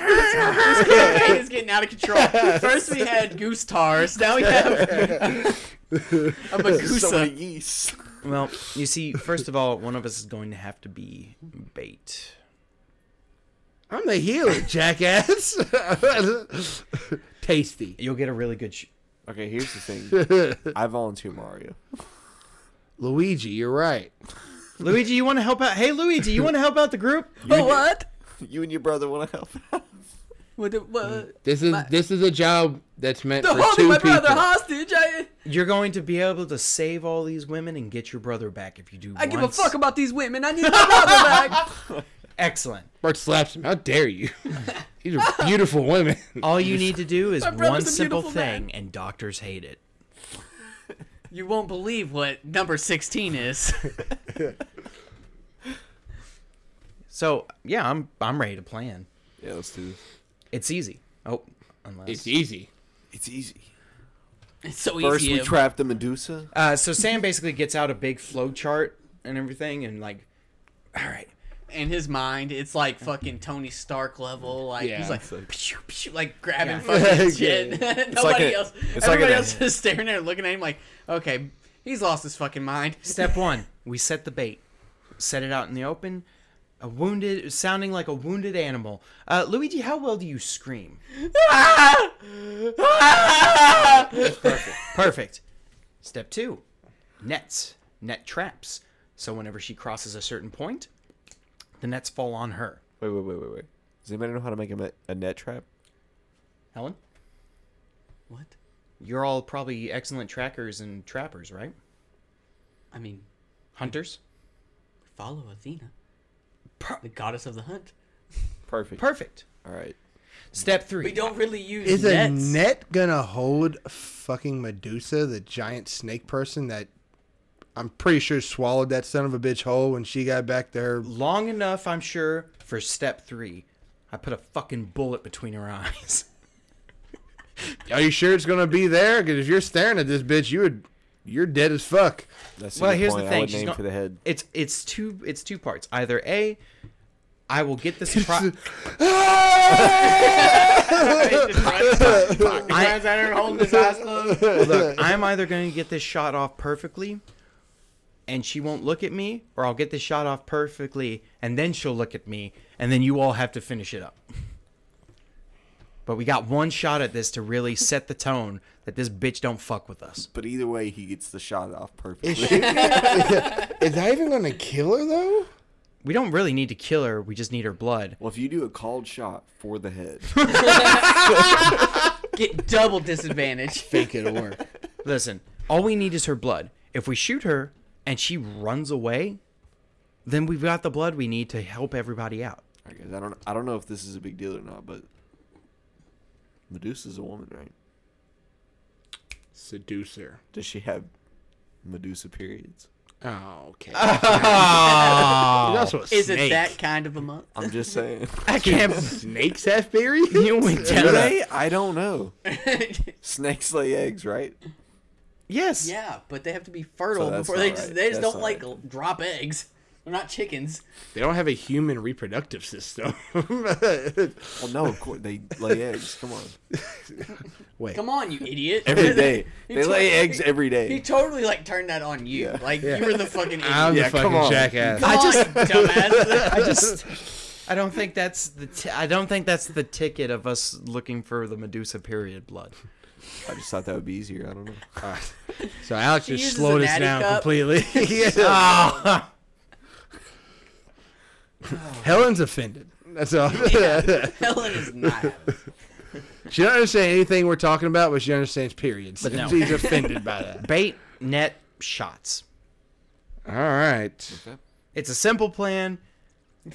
S2: is getting out of control. First we had goose tars, now we have a
S4: So many
S2: magusa.
S4: geese.
S5: Well, you see, first of all, one of us is going to have to be bait.
S3: I'm the healer, jackass. Tasty.
S5: You'll get a really good. Sh-
S4: Okay, here's the thing. I volunteer Mario.
S3: Luigi, you're right.
S5: Luigi, you want to help out? Hey, Luigi, you want to help out the group?
S2: Oh, what?
S4: You and your brother want to help out?
S2: What? The,
S5: Mm.
S2: what?
S3: This is
S2: My-
S3: this is a job that's meant
S2: They're
S3: for
S2: holding
S3: two
S2: my
S3: people.
S2: brother hostage. I,
S5: You're going to be able to save all these women and get your brother back if you do.
S2: I give a
S5: once.
S2: fuck about these women. I need my brother back.
S5: Excellent.
S3: Bart slaps him. How dare you? These are beautiful women.
S5: All you need to do is
S2: My brother's
S5: one
S2: a
S5: simple
S2: beautiful man.
S5: thing, and doctors hate it.
S2: You won't believe what number 16 is.
S5: So yeah, I'm I'm ready to plan.
S4: Yeah, let's do this.
S5: It's easy. Oh, unless
S3: It's e- easy.
S4: It's easy.
S2: It's so
S4: First,
S2: easy.
S4: we
S2: to-
S4: trap the Medusa.
S5: Uh, so Sam basically gets out a big flow chart and everything, and like, all right,
S2: in his mind, it's like fucking Tony Stark level. Like
S3: Yeah,
S2: he's like,
S3: it's
S2: pshoo, pshoo, like grabbing
S5: Yeah.
S2: fucking
S3: Yeah.
S2: shit. Nobody
S4: like a-
S2: else.
S4: it's like
S2: everybody
S4: an-
S2: else is staring there, looking at him like, okay, he's lost his fucking mind.
S5: step one, we set the bait, set it out in the open. A wounded, sounding like a wounded animal. Uh, Luigi, how well do you scream?
S2: Ah! Ah!
S5: Perfect. Step two, nets, net traps. So whenever she crosses a certain point, the nets fall on her.
S4: Wait, wait, wait, wait, wait. Does anybody know how to make a, met- a net trap?
S5: Helen,
S2: what?
S5: you're all probably excellent trackers and trappers, right?
S2: I mean,
S5: Hunters.
S2: follow Athena, the goddess of the hunt.
S4: Perfect.
S5: Perfect.
S4: All right.
S5: Step
S2: We
S5: three.
S2: don't really use
S3: Is
S2: nets.
S3: a net gonna hold fucking Medusa, the giant snake person that I'm pretty sure swallowed that son of a bitch whole when she got back to her
S5: long enough, I'm sure, for step three. I put a fucking bullet between her eyes.
S3: Are you sure it's gonna be there? Because if you're staring at this bitch, you would, you're dead as fuck.
S4: That's a
S5: well,
S4: good
S5: here's
S4: point.
S5: the
S4: I
S5: thing:
S4: would
S5: she's
S4: name
S5: gon-
S4: for the head.
S5: It's it's two it's two parts. Either a, I will get the surprise.
S2: He runs at her, holding his eyes closed.
S5: Look, I'm either going to get this shot off perfectly, and she won't look at me, or I'll get this shot off perfectly, and then she'll look at me, and then you all have to finish it up. But we got one shot at this to really set the tone that this bitch don't fuck with us.
S4: But either way, he gets the shot off perfectly.
S3: Is that even gonna kill her though?
S5: We don't really need to kill her. We just need her blood.
S4: well, if you do a called shot for the head,
S2: Get double disadvantage.
S3: Think it'll work.
S5: Listen, all we need is her blood. If we shoot her and she runs away, then we've got the blood we need to help everybody out.
S4: I guess I don't. I don't know if this is a big deal or not, but Medusa's a woman, right?
S3: Seducer.
S4: Does she have Medusa periods?
S3: Oh, okay.
S2: Is it that kind of a month?
S4: I'm just saying.
S5: I can't.
S3: snakes have periods?
S5: You ain't
S4: Do
S5: telling
S4: they? I don't know. Snakes lay eggs, right?
S5: Yes.
S2: Yeah, but they have to be fertile
S4: So that's
S2: before they
S4: not
S2: just
S4: right.
S2: they just
S4: That's
S2: don't
S4: not
S2: like
S4: right.
S2: l- drop eggs. They're not chickens.
S3: They don't have a human reproductive system.
S4: Well, no, of course they lay eggs. Come on,
S3: Wait.
S2: Come on, you idiot.
S4: every day
S2: He
S4: they lay
S2: tot-
S4: eggs every
S2: He
S4: day.
S2: totally like turned that on you.
S4: Yeah.
S2: Like you were the fucking idiot.
S3: I'm
S4: Yeah,
S3: the
S4: come
S3: fucking
S4: on.
S3: jackass.
S2: Come
S5: I
S2: on,
S5: just-
S2: you dumbass.
S5: I just. I don't think that's the. T- I don't think that's the ticket of us looking for the Medusa period blood.
S4: I just thought that would be easier. I don't know.
S3: So Alex
S2: She
S3: just
S2: uses
S3: slowed
S2: a
S3: us
S2: natty
S3: down
S2: cup.
S3: completely. Yeah.
S5: Oh.
S3: Helen's offended. That's all.
S2: Helen is not. having it.
S3: she don't understand anything we're talking about, but she understands periods.
S5: But no.
S3: She's offended by that.
S5: Bait, net, shots.
S3: All right.
S5: It's a simple plan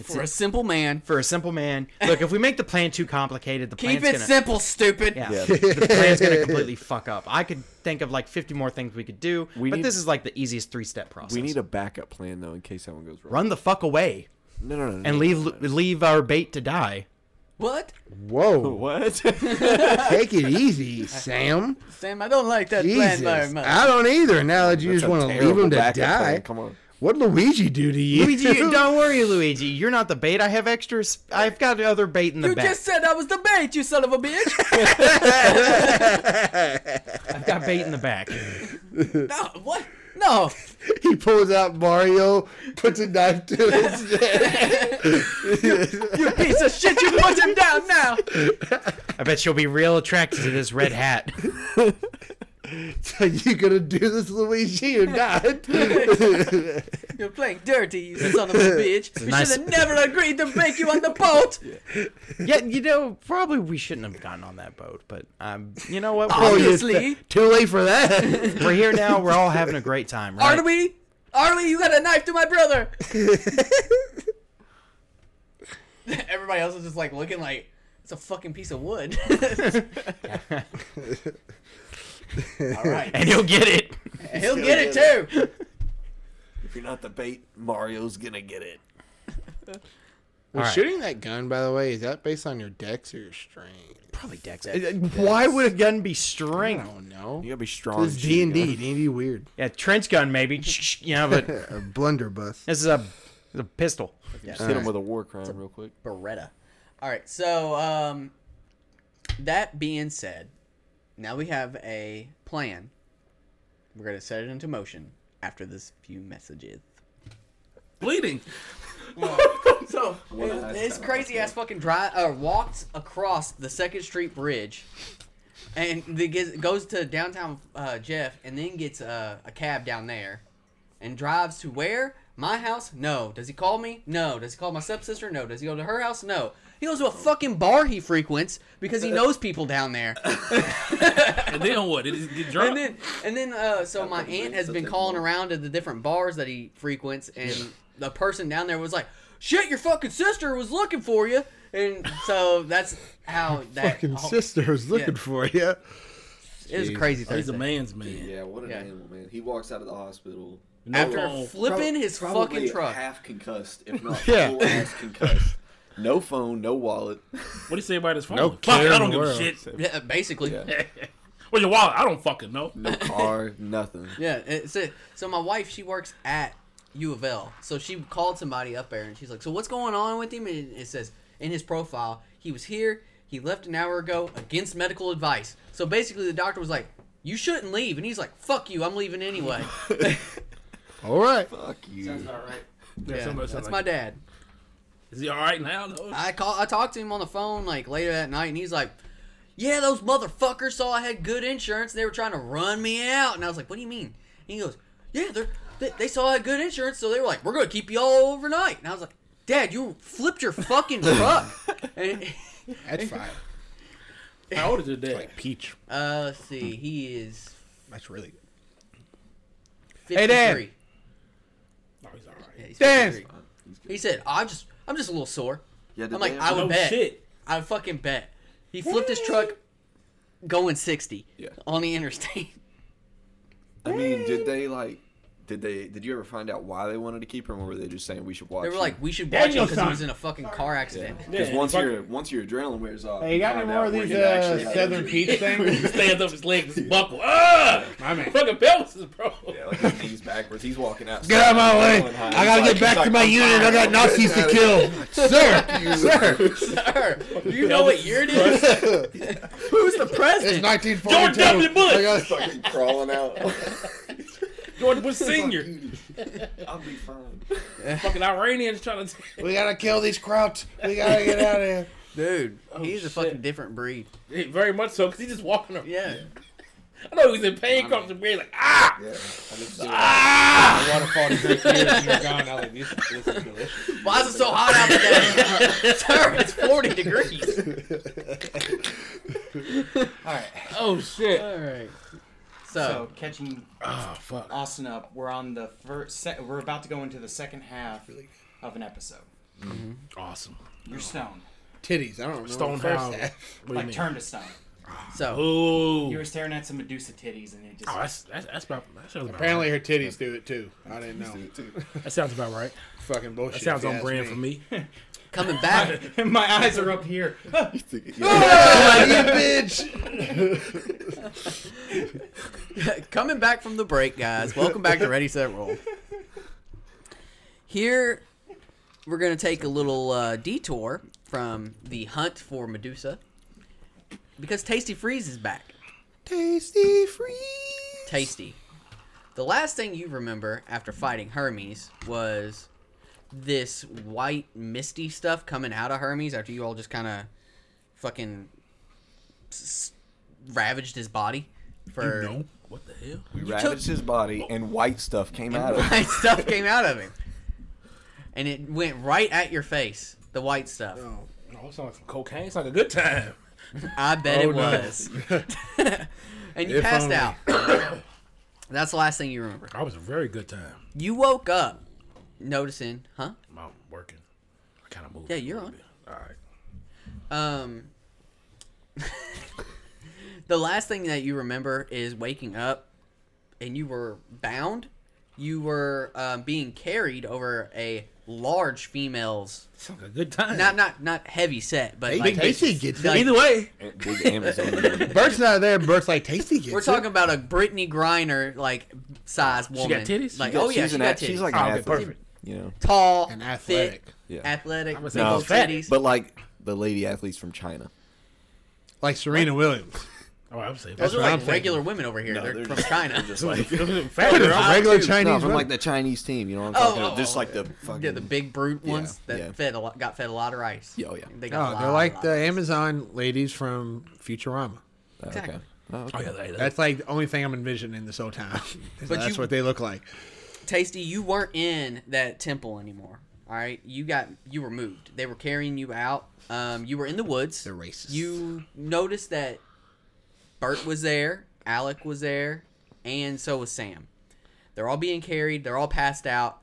S2: For a simple man.
S5: for a simple man. Look, if we make the plan too complicated, the
S2: Keep
S5: plan's
S2: it
S5: gonna.
S2: simple, stupid.
S5: Yeah.
S4: Yeah.
S5: the plan's gonna completely fuck up. I could think of like 50 more things we could do,
S4: We
S5: but
S4: need-
S5: this is like the easiest three-step process.
S4: We need a backup plan though in case that one goes wrong.
S5: run the fuck away
S4: No, no, no. no,
S5: and
S4: no,
S5: leave
S4: no, no.
S5: leave our bait to die.
S6: What?
S3: Whoa.
S4: What?
S3: Take it easy, Sam.
S6: Sam, I don't like that
S3: Jesus.
S6: plan very much.
S3: I don't either. Now that you
S4: That's
S3: just
S4: a
S3: want to leave
S4: terrible
S3: him to
S4: backup
S3: die.
S4: plan, Come on.
S3: What Luigi do to you?
S5: Luigi, don't worry, Luigi. You're not the bait. I have extras. I've got other bait in the
S6: you
S5: back.
S6: just said I was the bait, you son of a bitch.
S5: I've got bait in the back.
S6: no, what? No.
S3: he pulls out Mario, puts a knife to his
S6: You piece of shit, you put him down now.
S5: I bet you'll be real attracted to this red hat.
S3: So you gonna do this, Luigi, or not?
S6: You're playing dirty, you son of a bitch. We
S5: nice-
S6: should have never agreed to make you on the boat.
S5: yeah, you know, probably we shouldn't have gotten on that boat, but um, you know what?
S3: Oh,
S5: We're,
S3: yes,
S6: Obviously.
S3: Too late for that.
S5: we're here now. We're all having a great time, right?
S6: Are we? Are we? You got a knife to my brother. Everybody else is just like looking like it's a fucking piece of wood. All right,
S5: And you'll get it.
S6: he'll get it too.
S4: If you're not the bait, Mario's gonna get it.
S3: Well,
S5: right.
S3: shooting that gun, by the way, is that based on your dex or your strength?
S5: Probably Dex. Why would a gun be string?
S3: I don't know. Oh,
S4: You gotta be strong.
S3: It's D and D. D and D weird.
S5: Yeah, trench gun maybe. you know, but
S3: A blunderbuss.
S5: this is a, this is a pistol.
S4: Just hit him with a war crime real quick.
S6: Beretta. All right, so um, that being said, now we have a plan. We're gonna set it into motion after this few messages.
S2: Bleeding.
S6: So this crazy ass fucking drive uh, walked across the Second Street Bridge, and the, gets, goes to downtown uh, Jeff, and then gets a, a cab down there, and drives to where my house. No. Does he call me? No. Does he call my stepsister? No. Does he go to her house? No. He goes to a fucking bar he frequents because he knows people down there.
S2: And then what? Did it get
S6: And
S2: drunk?
S6: then, and then, uh, so my aunt has been calling around to the different bars that he frequents, and the person down there was like, "Shit, your fucking sister was looking for you," and so that's how that
S3: Fucking
S6: whole-
S3: sister's looking for you.
S6: It was a crazy.
S2: Oh, he's a
S6: Thursday.
S2: man's man.
S4: what an
S6: Yeah.
S4: animal, man. He walks out of the hospital.
S2: No
S6: After
S2: phone.
S6: flipping his fucking truck,
S4: half concussed, if not
S5: Yeah.
S4: full ass concussed. No phone, no wallet.
S2: what do you say about his phone?
S3: No
S2: Fuck
S3: care
S2: it, I don't
S3: in the
S2: give a
S3: world.
S2: shit.
S6: yeah, basically, yeah.
S4: Yeah.
S2: Where's your wallet? I don't fucking know.
S4: No car, nothing.
S6: it's it. so my wife, she works at U of L, so she called somebody up there, and she's like, "So what's going on with him?" And it says in his profile, he was here. He left an hour ago against medical advice. So basically, the doctor was like, "You shouldn't leave," and he's like, "Fuck you, I'm leaving anyway."
S3: All right.
S4: Fuck you.
S2: Yeah,
S6: Yeah,
S2: somebody
S6: that's
S2: sound
S6: my
S2: like-
S6: dad.
S2: Is he all right now? though?
S6: I call. I talked to him on the phone like later that night, and he's like, "Yeah, those motherfuckers saw I had good insurance. They were trying to run me out." And I was like, "What do you mean?" And he goes, "Yeah, they're, they they saw I had good insurance, so they were like, we're gonna keep you all overnight." And I was like, "Dad, you flipped your fucking truck." and,
S3: That's fine.
S2: How old is your dad?
S3: peach.
S6: uh, let's see, he is
S3: That's really good.
S6: fifty-three.
S5: Dan.
S2: Oh, he's all right.
S6: Yeah, he's
S5: Dan.
S7: Uh,
S6: 53. He said, "I just, I'm just a little sore."
S4: Yeah,
S6: I'm like,
S4: today
S6: I
S2: No
S6: would bet.
S2: shit.
S6: I fucking bet. He flipped his truck going 60
S4: Yeah.
S6: on the interstate.
S4: I mean, did they like? Did they? Did you ever find out why they wanted to keep him, or were they just saying we should watch?
S6: They were
S4: you?
S6: like, we should
S2: Daniel
S6: watch him because he
S2: son.
S6: was in a fucking car accident.
S4: Because
S2: Yeah,
S4: once
S2: fuck-
S4: your once your adrenaline wears off,
S8: Hey, you got any
S4: find
S8: more
S4: out
S8: of
S4: when
S8: these
S4: you actually
S8: uh,
S4: had
S8: Southern
S4: injury.
S8: Peach
S2: He
S8: things?
S2: stands up his legs, just buckle. Ah,
S8: My man.
S2: fucking bounces, bro.
S4: Yeah, like his knees backwards. He's walking out.
S3: Get out of my way.
S4: Going high.
S3: I gotta
S4: He's like-
S3: get
S4: he's
S3: back to
S4: like,
S3: my
S4: "I'm
S3: unit. I
S4: fine."
S3: got Nazis to kill. Sir, sir.
S6: Sir, do you know what year it is? Who's the
S3: It's
S6: president?
S3: 1942.
S2: George W. Bush.
S3: I gotta-
S4: Fucking crawling out.
S2: Jordan Bush Senior.
S4: I'll be fine.
S2: fucking Iranians trying to.
S3: we gotta kill these krauts. We gotta get out of here.
S6: Dude, he's a
S2: Oh, shit.
S6: fucking different breed.
S2: Yeah, very much so, because he's just walking around.
S6: Yeah.
S2: I know he's in pain, comes to me like ah.
S4: Yeah. I'm just doing
S2: Ah!
S8: Waterfall to drink beer and you're gone. I was like, this, this is delicious.
S6: Why is it so hot out today? Sir, it's 40 degrees.
S2: Oh shit!
S6: All right.
S8: So
S6: So,
S8: catching
S2: Oh fuck!
S8: Austin up, we're on the first. Se- we're about to go into the second half of an episode.
S2: Awesome.
S8: You're stoned,
S3: Titties. I don't know.
S2: Stone House. What do you
S8: like
S2: mean?
S8: turned to stone.
S6: so,
S2: Ooh.
S8: You were staring at some Medusa titties, and it just
S2: Oh, that's that's that's about that sounds about
S3: Apparently her titties do it too. I didn't know.
S4: it too.
S2: right. that sounds about right.
S3: Fucking
S2: That
S3: bullshit.
S2: sounds
S3: if you
S2: on
S3: ask
S2: brand for me. coming back.
S8: My eyes are up here.
S2: Coming back from the break, guys. Welcome back to Ready Set Roll. Here, we're gonna take a little uh, detour from the hunt for Medusa because Tasty Freeze is back.
S3: Tasty free.
S2: Tasty. The last thing you remember after fighting Hermes was this white misty stuff coming out of Hermes after you all just kind of fucking s- s- ravaged his body for
S7: No. What the hell?
S4: We ravaged his body,
S2: Oh.
S4: and white stuff came out of it.
S2: white stuff came out of him. And it went right at your face, the white stuff.
S7: Oh. No, it sounds like some cocaine. It's like a good time.
S2: I bet
S7: Oh,
S2: it
S7: no.
S2: was. and you
S7: If
S2: passed
S7: only.
S2: out. That's the last thing you remember.
S7: That was a very good time.
S2: You woke up noticing, huh?
S7: I'm out working. I kind of moved.
S2: Yeah,
S7: a
S2: you're
S7: little
S2: on.
S7: bit. All right.
S2: Um, the last thing that you remember is waking up, and you were bound. You were um, being carried over a large female's
S7: Sounds like a good time.
S2: not not not heavy set, but
S3: Hey,
S2: like,
S3: Tasty gets
S2: like-
S3: it.
S7: Either way,
S4: And Big Amazon.
S3: Bert's not there. Bert's like Tasty gets
S2: We're
S3: it.
S2: talking about a Brittany Griner like size woman.
S7: got titties?
S2: Like
S7: She
S2: oh yeah,
S4: she's,
S2: she
S4: an
S2: got
S4: ath-
S2: titties.
S4: she's like
S7: Oh,
S4: an
S7: okay,
S4: athlete.
S7: perfect.
S4: You know.
S2: tall,
S3: and
S2: and
S3: athletic,
S2: athletic,
S4: Yeah.
S2: athletic,
S7: gonna
S2: big
S7: say
S4: No,
S2: old
S7: fat,
S2: titties.
S4: But like the lady athletes from China.
S3: like Serena Williams.
S7: oh, I'm saying
S2: Those
S7: that's
S2: are
S3: what
S2: like
S3: I'm thinking.
S2: regular women over here. they're,
S4: they're
S2: from
S4: just-
S2: China.
S4: Just like
S7: fat girl.
S3: Regular
S4: no,
S3: Chinese.
S4: from like
S3: women.
S4: the Chinese team. You know what I'm
S2: Oh,
S4: talking
S2: oh,
S4: about? Just
S2: oh,
S4: like the fucking.
S2: Yeah, the big brute ones that
S4: yeah.
S2: fed a lot, got fed a lot of rice.
S4: Yeah, oh, yeah.
S2: They got a
S3: No,
S2: lot,
S3: they're like
S2: lot.
S3: the Amazon ladies from Futurama.
S4: Oh,
S2: Exactly.
S4: Okay. Oh, okay.
S7: Oh, yeah, they- they-
S3: That's like the only thing I'm envisioning this whole time. Is
S2: But
S3: that's
S2: you-
S3: what they look like.
S2: Tasty, you weren't in that temple anymore. All right, you got you were moved. They were carrying you out. Um, you were in the woods.
S3: They're racist.
S2: You noticed that Bert was there, Alec was there, and so was Sam. They're all being carried. They're all passed out,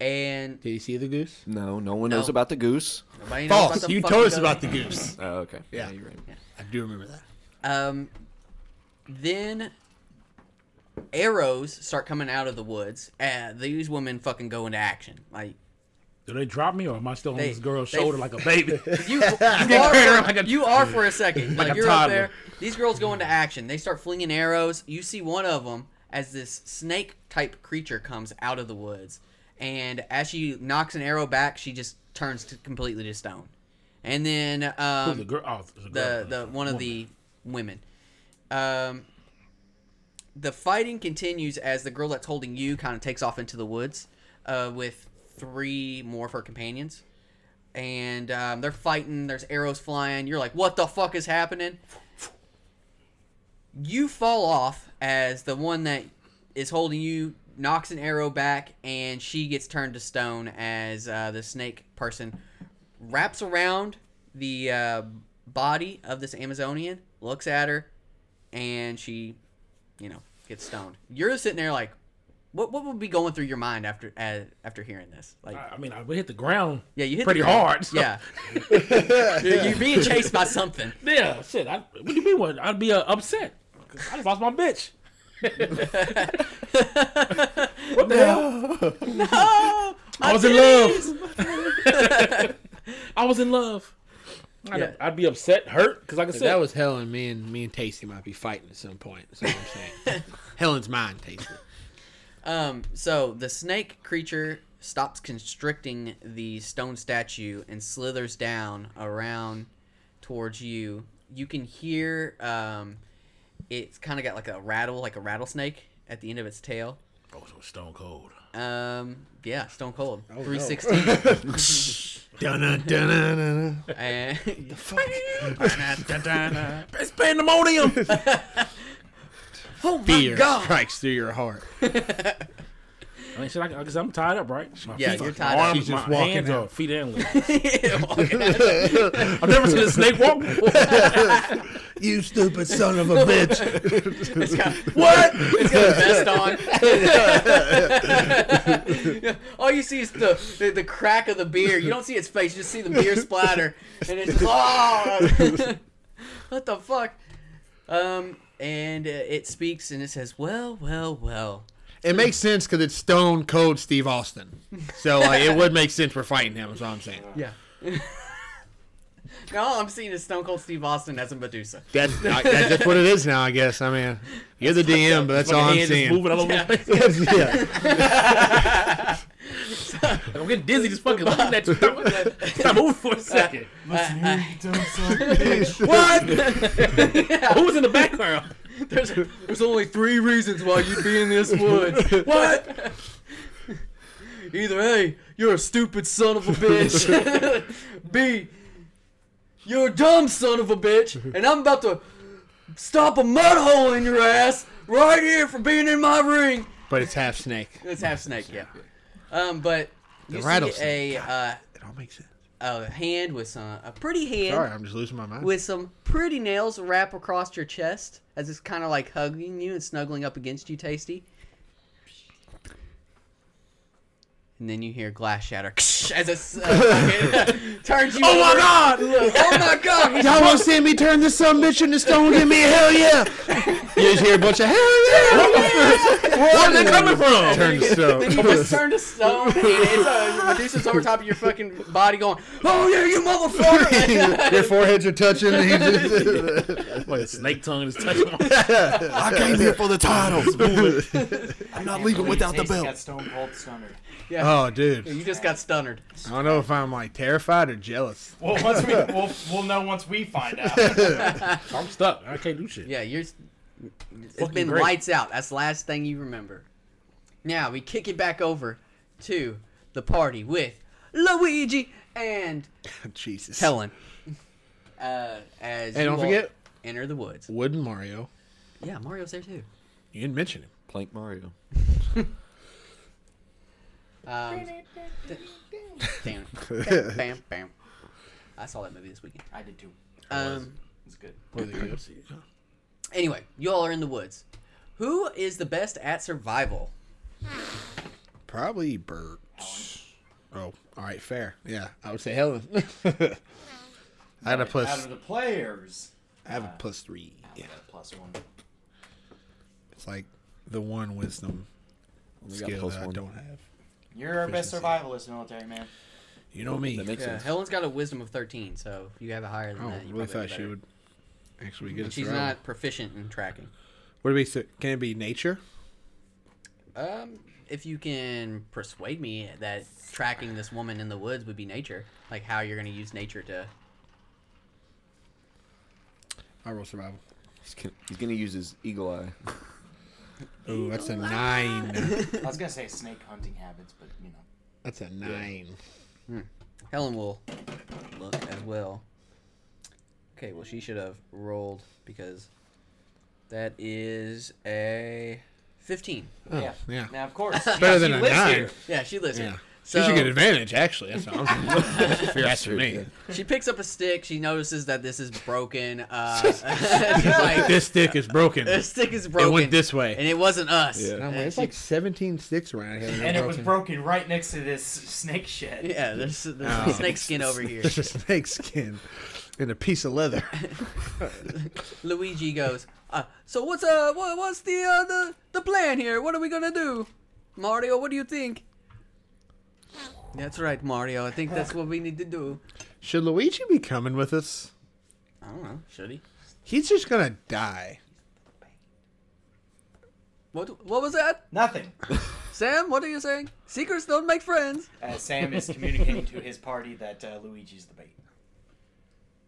S2: and
S3: Did you see the goose?
S4: No, no one
S2: No.
S4: knows about the goose.
S2: nobody knows
S3: False.
S2: what the
S3: You
S2: fuck
S3: told us
S2: goes-
S3: about the goose.
S4: Oh, okay.
S3: Yeah.
S4: you're right.
S3: I do remember that.
S2: Um, then arrows start coming out of the woods, and these women fucking go into action. Like
S7: Do they drop me or am I still on
S2: They-
S7: this girl's
S2: they-
S7: shoulder like a baby?
S2: You, you, are,
S7: carried
S3: oh
S2: for,
S7: around like a-
S2: you are for a second. Like,
S7: a
S2: you're up
S7: toddler.
S2: there. These girls go into action. They start flinging arrows. You see one of them as this snake type creature comes out of the woods. And as she knocks an arrow back, she just turns to completely to stone. And then
S7: Oh, the
S2: um,
S7: girl. Oh, the,
S2: the, the one of the women. Um, the fighting continues as the girl that's holding you kind of takes off into the woods uh, with three more of her companions. And um, they're fighting. There's arrows flying. You're like, what the fuck is happening? You fall off as the one that is holding you knocks an arrow back, and she gets turned to stone as uh, the snake person wraps around the uh, body of this Amazonian, looks at her, and she you know, get stoned. You're sitting there like, what what would be going through your mind after uh, after hearing this? Like,
S7: I I mean, I we hit the ground.
S2: yeah, you hit
S7: Uh, pretty
S2: the ground.
S7: hard, so-
S2: Yeah, You're- you're being chased by something.
S7: Yeah, shit. I, what do you mean? What? I'd be uh, upset. 'Cause I just lost my bitch. what the hell?
S2: Oh,
S7: I was in love. I was in love. I'd,
S2: Yeah.
S7: I'd be upset, hurt, because like I
S3: If
S7: said,
S3: that was Helen, me and me and Tasty might be fighting at some point. That's what I'm saying. Helen's mine, Tasty.
S2: Um, so the snake creature stops constricting the stone statue and slithers down around towards you. You can hear um, it's kind of got like a rattle, like a rattlesnake at the end of its tail.
S7: oh, so stone cold.
S2: Um, yeah, Stone Cold, three sixteen.
S3: Dunna, dunna, dunna.
S2: And
S7: It's pandemonium.
S2: oh my
S3: Fear
S2: god!
S3: strikes through your heart.
S7: I mean, shit, I, I guess I'm tied up, right? My
S2: Yeah,
S7: feet,
S2: you're
S7: my
S2: tied up.
S7: arms,
S2: She's
S3: just
S7: my
S3: walking
S7: hands
S3: out.
S7: are feet and legs.
S2: Walking out.
S7: I've never seen a snake walk before.
S3: You stupid son of a bitch.
S2: It's got, what? It's got a vest on. All you see is the, the the crack of the beer. You don't see its face. You just see the beer splatter, and it's oh, what the fuck? Um, and uh, it speaks and it says, "Well, well, well."
S3: It makes sense because it's stone cold Steve Austin. So like, it would make sense for fighting him, is what I'm saying.
S2: Yeah. No, all I'm seeing is Stone Cold Steve Austin as a Medusa.
S3: That's, I, that's just what it is now, I guess. I mean, you're the DM, but that's all I'm
S6: hand just
S3: seeing.
S6: moving all over the place.
S3: yeah.
S6: I'm getting dizzy just fucking looking at you. Stop moving for a second. Who's in the background?
S2: There's, there's only three reasons why you'd be in this woods. What? Either A, you're a stupid son of a bitch. B, you're a dumb son of a bitch, and I'm about to stop a mud hole in your ass right here for being in my ring.
S3: But it's half snake.
S2: It's half snake, yeah. Um, but you see a
S3: rattlesnake.
S2: uh,
S3: It all makes sense.
S2: a hand with some a pretty hand
S3: Sorry, I'm just losing my mind.
S2: with some pretty nails wrap across your chest as it's kind of like hugging you and snuggling up against you, Tasty. And then you hear glass shatter as it s- uh, fucking turns you. Oh my god! oh my god! He's
S3: Y'all want to see me turn this some bitch into stone? Give me a hell yeah! You just hear a bunch of hell yeah! Where's it coming from? Turn to
S2: Then you just
S3: stone.
S2: turn to stone, and it's uh, Medusa's over top of your fucking body, going, "Oh yeah, you motherfucker!"
S3: Your foreheads are touching. and he's just-
S6: Like a snake tongue is touching my
S4: I came here for the titles.
S8: I'm
S4: not leaving without the belt.
S8: Got Stone Cold Stunner.
S3: oh, dude.
S2: you just got stunnered.
S3: I don't know if I'm like terrified or jealous.
S8: Well, once we we'll, we'll know once we find out.
S6: I'm stuck. I can't do shit.
S2: Yeah, you're. s- It's
S6: Fucking
S2: been
S6: great.
S2: lights out. That's the last thing you remember. Now we kick it back over to the party with Luigi and
S3: Jesus.
S2: Helen. Uh, as
S3: And
S2: you
S3: don't
S2: all
S3: forget-
S2: enter the woods.
S3: Wood and Mario.
S2: Yeah, Mario's there too.
S3: You didn't mention him.
S4: Plank Mario.
S2: Um, damn. Bam, bam, bam. I saw that movie this weekend.
S8: I did too.
S2: Um,
S8: It's good.
S2: anyway, you all are in the woods. Who is the best at survival?
S3: Probably Bert. Oh, all right, fair. Yeah, I would say Helen. I had a
S8: Out
S3: plus.
S8: of the players,
S3: I have a plus three.
S8: yeah. plus one.
S3: It's like the one wisdom
S4: got
S3: skill
S4: plus
S3: that I
S4: one.
S3: don't have.
S8: You're our best survivalist, military man.
S3: You know me.
S4: That makes
S2: Yeah,
S4: sense.
S2: Helen's got a wisdom of 13, so if you have a higher than
S3: I
S2: that, you
S3: really
S2: probably do
S3: thought she
S2: better.
S3: would actually get
S2: But
S3: us
S2: she's
S3: around.
S2: not proficient in tracking.
S3: What do we say? Can it be nature?
S2: Um, if you can persuade me that tracking this woman in the woods would be nature, like how you're gonna use nature to.
S3: I roll survival.
S4: He's gonna- He's gonna use his eagle eye.
S3: Ooh, that's a nine.
S8: I was gonna say snake hunting habits, but you know.
S3: that's a nine.
S2: Helen will look as well. Okay, well she should have rolled because that is a fifteen.
S8: yeah.
S3: yeah.
S8: Now of course.
S3: Better than
S8: she
S3: a
S8: lives
S3: nine.
S8: here.
S2: Yeah, she lives
S3: Yeah.
S2: here. So
S3: she should get advantage. Actually, that's what I'm. if you're asking me,
S2: she picks up a stick. She notices that this is broken. Uh, she's like,
S3: this stick is broken.
S2: "This stick is broken."
S3: this way.
S2: and it wasn't us.
S4: Yeah.
S3: I'm like,
S2: And
S3: it's
S2: she-
S3: like 17 sticks around here.
S8: And it was broken right next to this snake shed.
S2: yeah, there's, there's
S3: Oh.
S2: some snake skin over here.
S3: There's a snake skin and a piece of leather.
S2: Luigi goes, uh, "So what's uh what, what's the uh, the the plan here? What are we gonna do, Mario? What do you think?" That's right, Mario. I think that's what we need to do.
S3: Should Luigi be coming with us?
S2: I don't know. Should he?
S3: He's just gonna die.
S2: What what was that,
S8: Nothing.
S2: Sam? What are you saying? Secrets don't make friends.
S8: Uh, Sam is communicating to his party that uh, Luigi's the bait.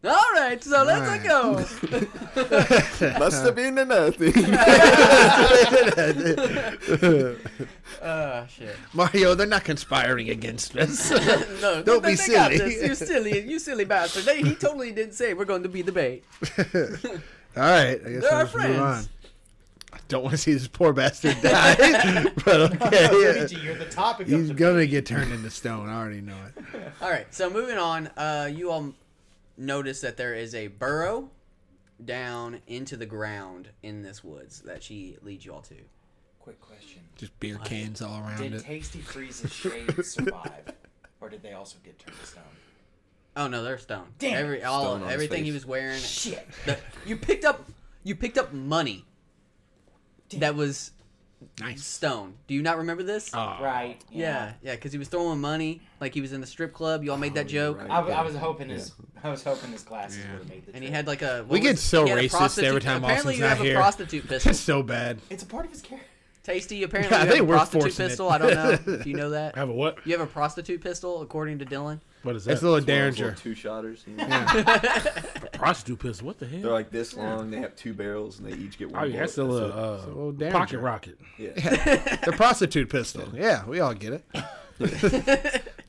S2: All right, so let's
S3: Right.
S2: go.
S4: Must have been a nothing.
S2: Oh shit.
S3: Mario, they're not conspiring against us.
S2: No,
S3: Don't
S2: they,
S3: be
S2: they got
S3: silly.
S2: this. You silly, you silly bastard. They, he totally didn't say we're going to be the bait.
S3: All right, I guess
S2: They're our
S3: let's move on.
S2: friends.
S3: I don't want to see this poor bastard die, but okay.
S8: Luigi, you're the topic
S3: He's
S8: of the
S3: gonna get turned into stone. I already know it.
S2: All right, so moving on, uh, you all notice that there is a burrow down into the ground in this woods that she leads you all to.
S8: Quick question.
S3: Just beer cans all around
S8: Did
S3: it.
S8: Tasty Freeze's shades survive? Or did they also get turned to stone?
S2: Oh no, they're stone.
S8: Damn it.
S2: Every all
S4: Stone on his
S2: everything he
S4: face.
S2: was wearing.
S8: Shit.
S2: the- you picked up you picked up money that was Stone. Do you not remember this?
S8: Right.
S2: yeah, yeah, because he was throwing money like he was in the strip club. You all made that joke,
S4: right.
S8: I, w- I was hoping his I was hoping his glasses would have made the
S2: and he
S8: trip.
S2: had like a. what
S3: We get
S2: was-
S3: so
S2: he had a
S3: racist
S2: prostitute-
S3: every time
S2: Apparently,
S3: Austin's
S2: you
S3: not
S2: have a
S3: here.
S2: prostitute pistol.
S3: It's so Oh, bad.
S8: It's a part of his character.
S2: Tasty. Apparently,
S3: I
S2: you have a
S3: think we're
S2: prostitute
S3: forcing it.
S2: pistol. I don't know. Do you know that?
S3: I have a what?
S2: You have a prostitute pistol, according to Dylan.
S3: What is that? It's a little Derringer.
S4: Two shotters.
S7: Prostitute pistol. What the hell?
S4: They're like this long. They have two barrels, and they each get one.
S7: oh, yeah, that's a
S4: bullet.
S7: little, uh,
S3: a little Derringer.
S7: pocket rocket.
S4: it.
S3: The prostitute pistol. Yeah, we all get it.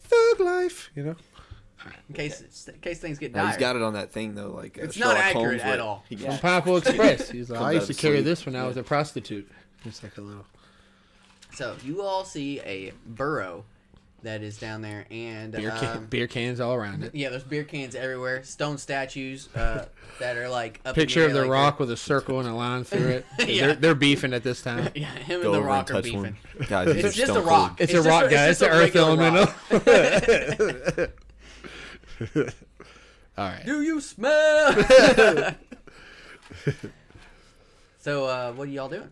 S3: Thug life, you know.
S2: In case, in case things get
S4: Yeah.
S2: dire.
S4: He's got it on that thing though. Like uh,
S2: It's not
S4: Sherlock
S2: accurate
S4: Holmes,
S2: at
S4: where
S2: all.
S4: He
S8: Yeah.
S4: gets
S3: Pineapple Express. He's like,
S4: Comes
S3: I
S4: out
S3: used to
S4: of
S3: carry
S4: sleep.
S3: this when I was a prostitute. It's like a little.
S2: So you all see a burrow that is down there, and
S3: beer, can,
S2: um,
S3: beer cans all around it.
S2: yeah, there's beer cans everywhere, stone statues uh, that are like up in
S3: Picture of
S2: air
S3: the
S2: like
S3: rock with a circle and a line through it.
S2: Yeah.
S3: they're, they're beefing at this time.
S2: they're- Yeah, him and
S4: go
S2: the
S4: over and
S2: rock are
S4: touch
S2: beefing.
S4: one. Guys, these are
S2: It's just a
S4: stone
S2: rock.
S4: cold.
S3: It's, a
S2: just
S3: rock, guy. It's
S2: just a
S3: the earth
S2: regular rock.
S3: elemental. all right.
S2: Do you smell? so uh, what are y'all doing?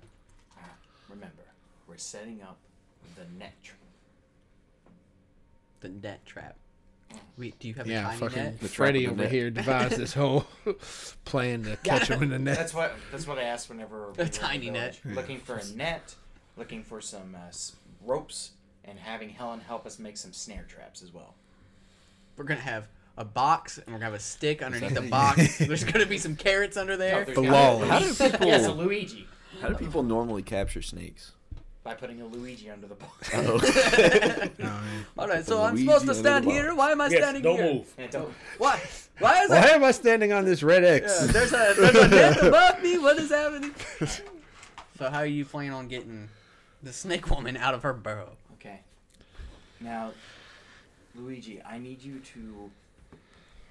S8: Remember, we're setting up the net trip.
S2: The net trap. Wait, do you have
S3: Yeah,
S2: a tiny
S3: fucking
S2: net?
S4: The
S3: Freddy
S4: trap of
S3: over
S4: the net.
S3: here devised this whole plan to catch him in the net.
S8: That's what that's what I asked whenever we were in the
S2: tiny
S8: village.
S2: net.
S8: Looking for a net, looking for some uh, s- ropes, and having Helen help us make some snare traps as well.
S2: We're gonna have a box, and we're gonna have a stick underneath the box. There's gonna be some carrots under there.
S8: there's
S3: The
S8: gotta-
S3: wall.
S4: How do people?
S8: Yes, a Luigi.
S4: How do people normally capture snakes? Oh.
S8: By putting a Luigi under the box.
S2: All right, so I'm supposed
S4: Luigi
S2: to
S4: under the
S2: stand
S4: box.
S2: here. Why am I standing
S7: don't
S2: here?
S7: move.
S8: And don't-
S2: Why? Why is
S3: Why
S2: that?
S3: am I standing on this red X?
S2: Yeah, there's a there's a net above me. What is happening? So how are you planning on getting the snake woman out of her burrow?
S8: Okay. Now, Luigi, I need you to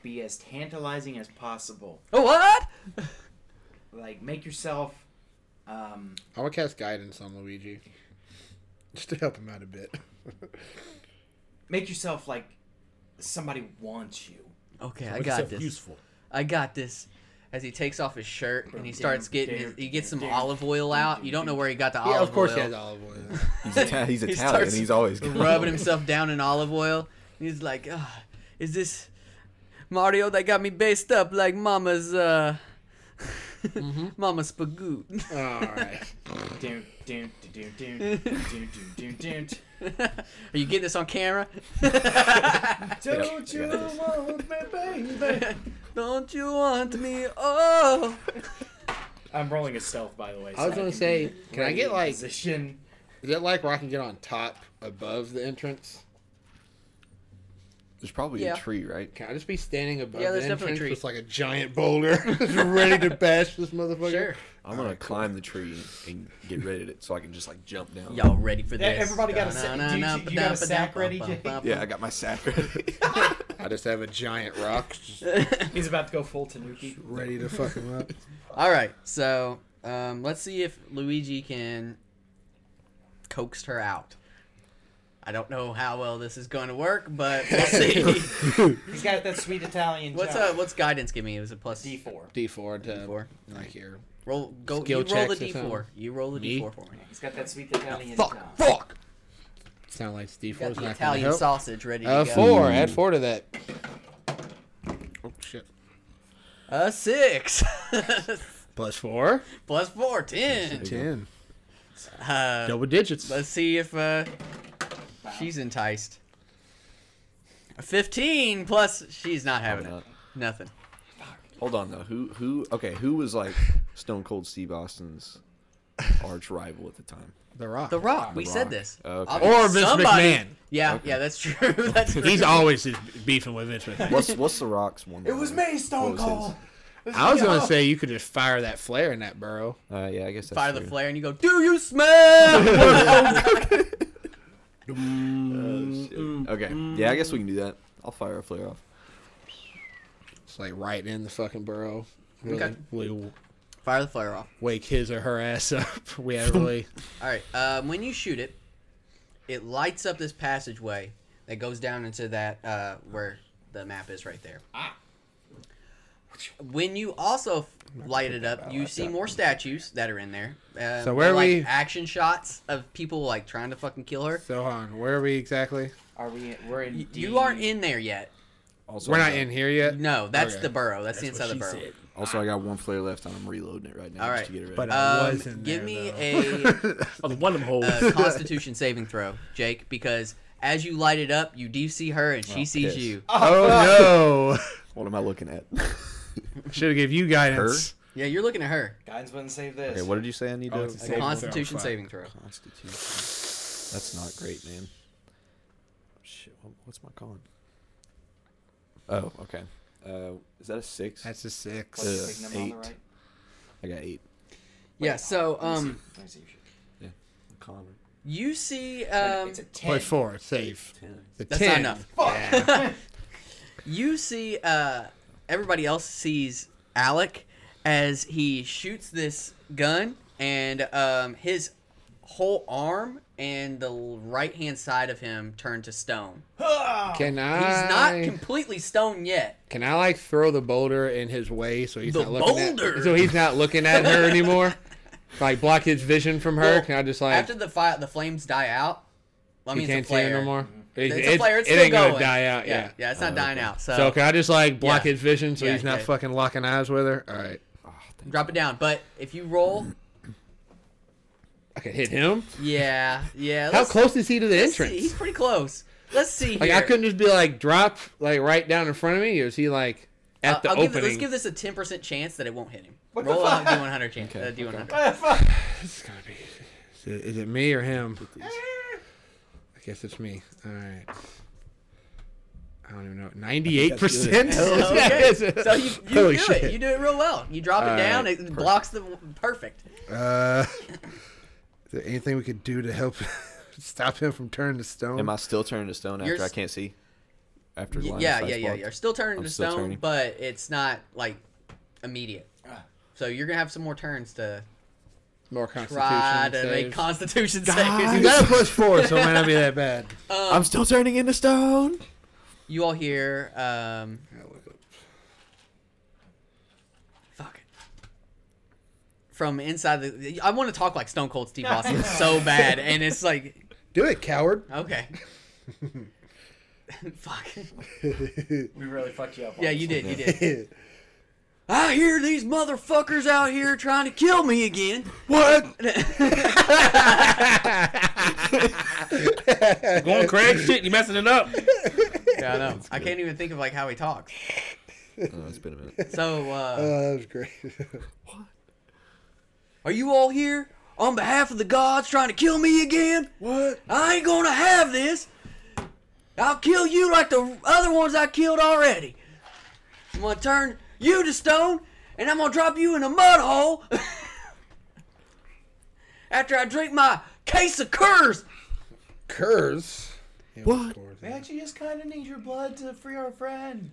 S8: be as tantalizing as possible.
S2: Oh, what?
S8: Like, make yourself. Um,
S3: I'm gonna cast guidance on Luigi, just to help him out a bit.
S8: make yourself like somebody wants you.
S2: Okay, I
S7: Make
S2: got
S7: yourself
S2: this.
S7: Useful.
S2: I got this. As he takes off his shirt and he
S8: Damn,
S2: starts getting,
S8: damn,
S2: his, he gets some
S8: damn.
S2: olive oil out. You don't know where he got the olive oil.
S3: yeah, of course he has olive oil.
S4: He's, Ita- he's
S2: He
S4: Italian.
S2: starts
S4: He's always got
S2: rubbing himself down in olive oil. And he's like, "Ah, "Is this Mario that got me based up like Mama's uh, Mm-hmm. Mama's spagoo?"
S3: all right.
S8: Doon, doon, doon, doon, doon, doon, doon, doon,
S2: Are you getting this on camera?
S8: doon. Don't you want me, baby?
S2: Don't you want me? Oh,
S8: I'm rolling a stealth, by the way.
S3: I was gonna
S8: can
S3: say,
S8: be
S3: can I get
S8: in
S3: like? Is
S8: position?
S3: it like where I can get on top above the entrance?
S4: There's probably
S2: Yeah.
S4: a tree, right?
S3: Can I just be standing above
S2: Yeah,
S3: the
S2: there's definitely
S3: entrance
S2: a tree.
S3: with like a giant boulder, just ready to bash this motherfucker?
S2: sure.
S4: I'm gonna climb the tree and get rid of it so I can just like jump down.
S2: Y'all ready for
S8: Yeah,
S2: this?
S8: everybody got a sa- do you- you got a sack ready, Jake?
S4: Yeah, I got my sack ready.
S3: I just have a giant rock just
S8: He's about to go full Tanuki.
S3: ready to fuck him up.
S2: All right, so um, let's see if Luigi can coax her out. I don't know how well this is going to work, but we'll see.
S8: He's got that sweet Italian.
S2: What's
S8: job.
S2: uh, what's guidance give me? It was a plus
S8: D four.
S3: D4 to
S2: D4.
S3: like your
S2: Roll go.
S3: Skill
S2: you roll the
S3: checks or
S2: D four. You roll the D four for me.
S8: He's got that sweet Italian.
S3: fuck,
S8: job.
S3: fuck. Sound like D4
S2: Got
S3: is
S2: the
S3: not gonna
S2: Italian
S3: help.
S2: sausage ready to
S3: Uh,
S2: go.
S3: four. Add four to that. Oh shit.
S2: A Uh, six.
S3: Plus four.
S2: Plus four, ten.
S3: Ten.
S2: Uh,
S3: Double digits.
S2: let's see if uh, she's enticed. A Fifteen plus she's not having
S4: Probably
S2: it. Nothing.
S4: Hold on though. Who who? Okay, who was like Stone Cold Steve Austin's arch rival at the time?
S3: The Rock.
S2: The Rock. Uh, We said
S4: Rock.
S2: this.
S4: Okay.
S2: Obviously,
S3: Or Vince McMahon.
S2: Yeah, yeah, that's true. that's true.
S3: He's always is beefing with Vince McMahon.
S4: What's what's the Rock's one?
S8: It was me, Stone Cold.
S3: I was gonna say you could just fire that flare in that burrow.
S4: Uh, yeah, I guess that's
S2: fire the
S4: true.
S2: flare and you go. Do you smell?
S4: Oh, shit. Okay, yeah, I guess we can do that. I'll fire a flare off.
S3: It's like right in the fucking burrow. Really,
S2: Okay.
S3: really
S2: fire the flare off.
S3: wake his or her ass up. We have really
S2: All right. Um, when you shoot it, it lights up this passageway that goes down into that uh, where the map is right there. When you also f- light it up, you see more statues that are in there. Um,
S3: So where
S2: they're, like,
S3: we-
S2: Action shots of people like trying to fucking kill her.
S3: So hon, where are we exactly?
S8: Are we? In, we're in.
S2: Y-
S8: D.
S2: You aren't in there yet.
S4: Also,
S3: We're
S4: I
S3: not
S4: got-
S3: in here yet.
S2: No, that's
S3: Okay.
S2: the burrow. That's, the inside of the burrow.
S4: Also, I got one flare left, and I'm reloading it right now
S2: All
S4: just
S2: right,
S4: to get it ready.
S3: But I
S2: Um,
S3: was in there.
S2: give me
S3: though.
S2: a
S7: Oh, the one of them holes.
S2: a Constitution saving throw, Jake, because as you light it up, you do see her and she sees
S4: piss.
S2: you.
S3: Oh
S4: what am I looking at?
S3: no! Should have gave you guidance.
S2: Yeah, you're looking at her.
S8: Guidance wouldn't save this.
S4: okay, what did you say I need
S3: Oh,
S4: to?
S3: it's a
S2: A
S3: Saving throw,
S2: Constitution
S3: fuck.
S2: saving throw.
S4: Constitution. That's not great, man. Shit, what, what's my con? Oh, okay. Uh, is that a six?
S3: That's a six.
S4: Ugh.
S8: What's
S3: uh,
S8: the signal on the
S4: eight.
S8: right?
S4: I got eight.
S2: Yeah, so
S8: Let me
S2: um,
S8: see- let me see if you-
S4: Con
S2: you see um,
S8: it's a ten.
S3: But four, safe.
S4: ten.
S3: The
S2: That's not
S3: ten.
S2: enough. you see, uh, everybody else sees Alec as he shoots this gun, and um, his whole arm and the right hand side of him turn to stone.
S3: Can I?
S2: He's not completely stone yet.
S3: Can I like throw the boulder in his way so he's
S2: The
S3: not looking
S2: boulder?
S3: at so he's not looking at her anymore? like block his vision from her.
S2: Well,
S3: can I just like
S2: After the fi- the flames die out, I
S3: he
S2: mean,
S3: can't
S2: it's a
S3: see her
S2: flare.
S3: no more?
S2: It's
S3: It-
S2: a
S3: it-
S2: flare. It's
S3: it
S2: still
S3: ain't gonna
S2: going.
S3: die out. Yeah.
S2: yeah, it's not dying out. So,
S3: So can I just like block
S2: Yeah.
S3: his vision so
S2: Yeah,
S3: he's not
S2: yeah.
S3: fucking locking eyes with her? All right.
S2: drop it down. But if you roll,
S3: I could hit him.
S2: yeah, yeah.
S3: How
S2: let's-
S3: close is he to the
S2: let's see.
S3: entrance?
S2: He's pretty close. Let's see.
S3: Like
S2: here.
S3: I couldn't just be like drop like right down in front of me. Or is he like at
S2: Uh,
S3: the
S2: I'll
S3: opening?
S2: Give, it- let's give this a ten percent chance that it won't hit him.
S8: What the
S2: Roll
S8: fuck?
S2: a D one hundred chance. Uh, D one hundred.
S3: It's gotta be. Is it, is it me or him? I guess it's me. All right. I don't even know. Ninety-eight percent.
S2: Oh, Okay. So you, you
S3: Holy
S2: do it.
S3: shit.
S2: You do it real well. You drop it
S3: All
S2: down.
S3: right,
S2: It blocks the perfect.
S3: Uh, is there anything we could do to help stop him from turning to stone?
S4: Am I still turning to stone after
S2: You're
S4: I
S2: s-
S4: can't see? After
S2: Y-
S4: line of
S2: yeah,
S4: sight's
S2: yeah, yeah.
S4: blocked?
S2: You're still turning
S4: I'm
S2: to
S4: still
S2: stone,
S4: turning.
S2: but it's not like immediate.
S3: Ah.
S2: So you're gonna have some more turns to
S3: More constitution.
S2: try to make
S3: saves.
S2: Constitution
S3: you
S2: saves.
S3: got a plus four, so it might not be that bad.
S4: I'm still turning into stone.
S2: You all hear? Um, fuck it. From inside the, I want to talk like Stone Cold Steve Austin so bad, and it's like
S3: Do it, coward.
S2: Okay. Fuck.
S8: We really fucked you up.
S2: Yeah, you did. You did. I hear these motherfuckers out here trying to kill me again.
S3: What?
S7: Going crack shit. You messing it up.
S2: Yeah, I know. I can't even think of like how he talks.
S4: Oh, it's been a minute.
S2: So, uh,
S3: that was great.
S2: are you all here on behalf of the gods trying to kill me again?
S3: what?
S2: I ain't gonna have this. I'll kill you like the other ones I killed already. I'm gonna turn you to stone, and I'm gonna drop you in a mud hole after I drink my case of curds.
S3: Curse. What?
S8: We actually just kind of need your blood to free our friend.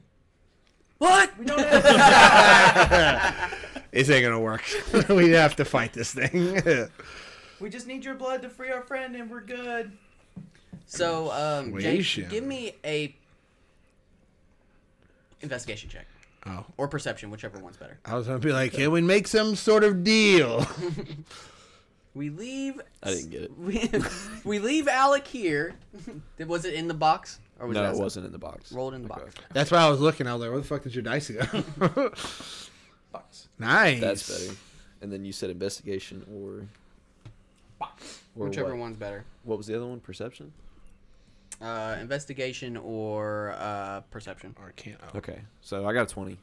S2: What?
S8: We don't have.
S3: This ain't gonna work. we have to fight this thing.
S8: we just need your blood to free our friend, and we're good.
S2: So, um, Jake,
S3: Persuasion.
S2: give me a investigation check
S3: oh,
S2: or perception, whichever one's better.
S3: I was gonna be like, can we make some sort of deal?
S2: We leave.
S4: I didn't get it.
S2: We, we leave Alec here. was it in the box or was
S4: No,
S2: it,
S4: it
S2: outside?
S4: wasn't in the box.
S2: Rolled in the box.
S3: That's why I was looking. I was like, where the fuck did your dice go?
S8: Box.
S3: nice.
S4: That's better. And then you said investigation or
S8: Box.
S4: or
S2: Whichever
S4: what?
S2: one's better.
S4: What was the other one? Perception.
S2: Uh, investigation or uh, perception.
S3: Or can't. Oh.
S4: Okay, so I got a 20.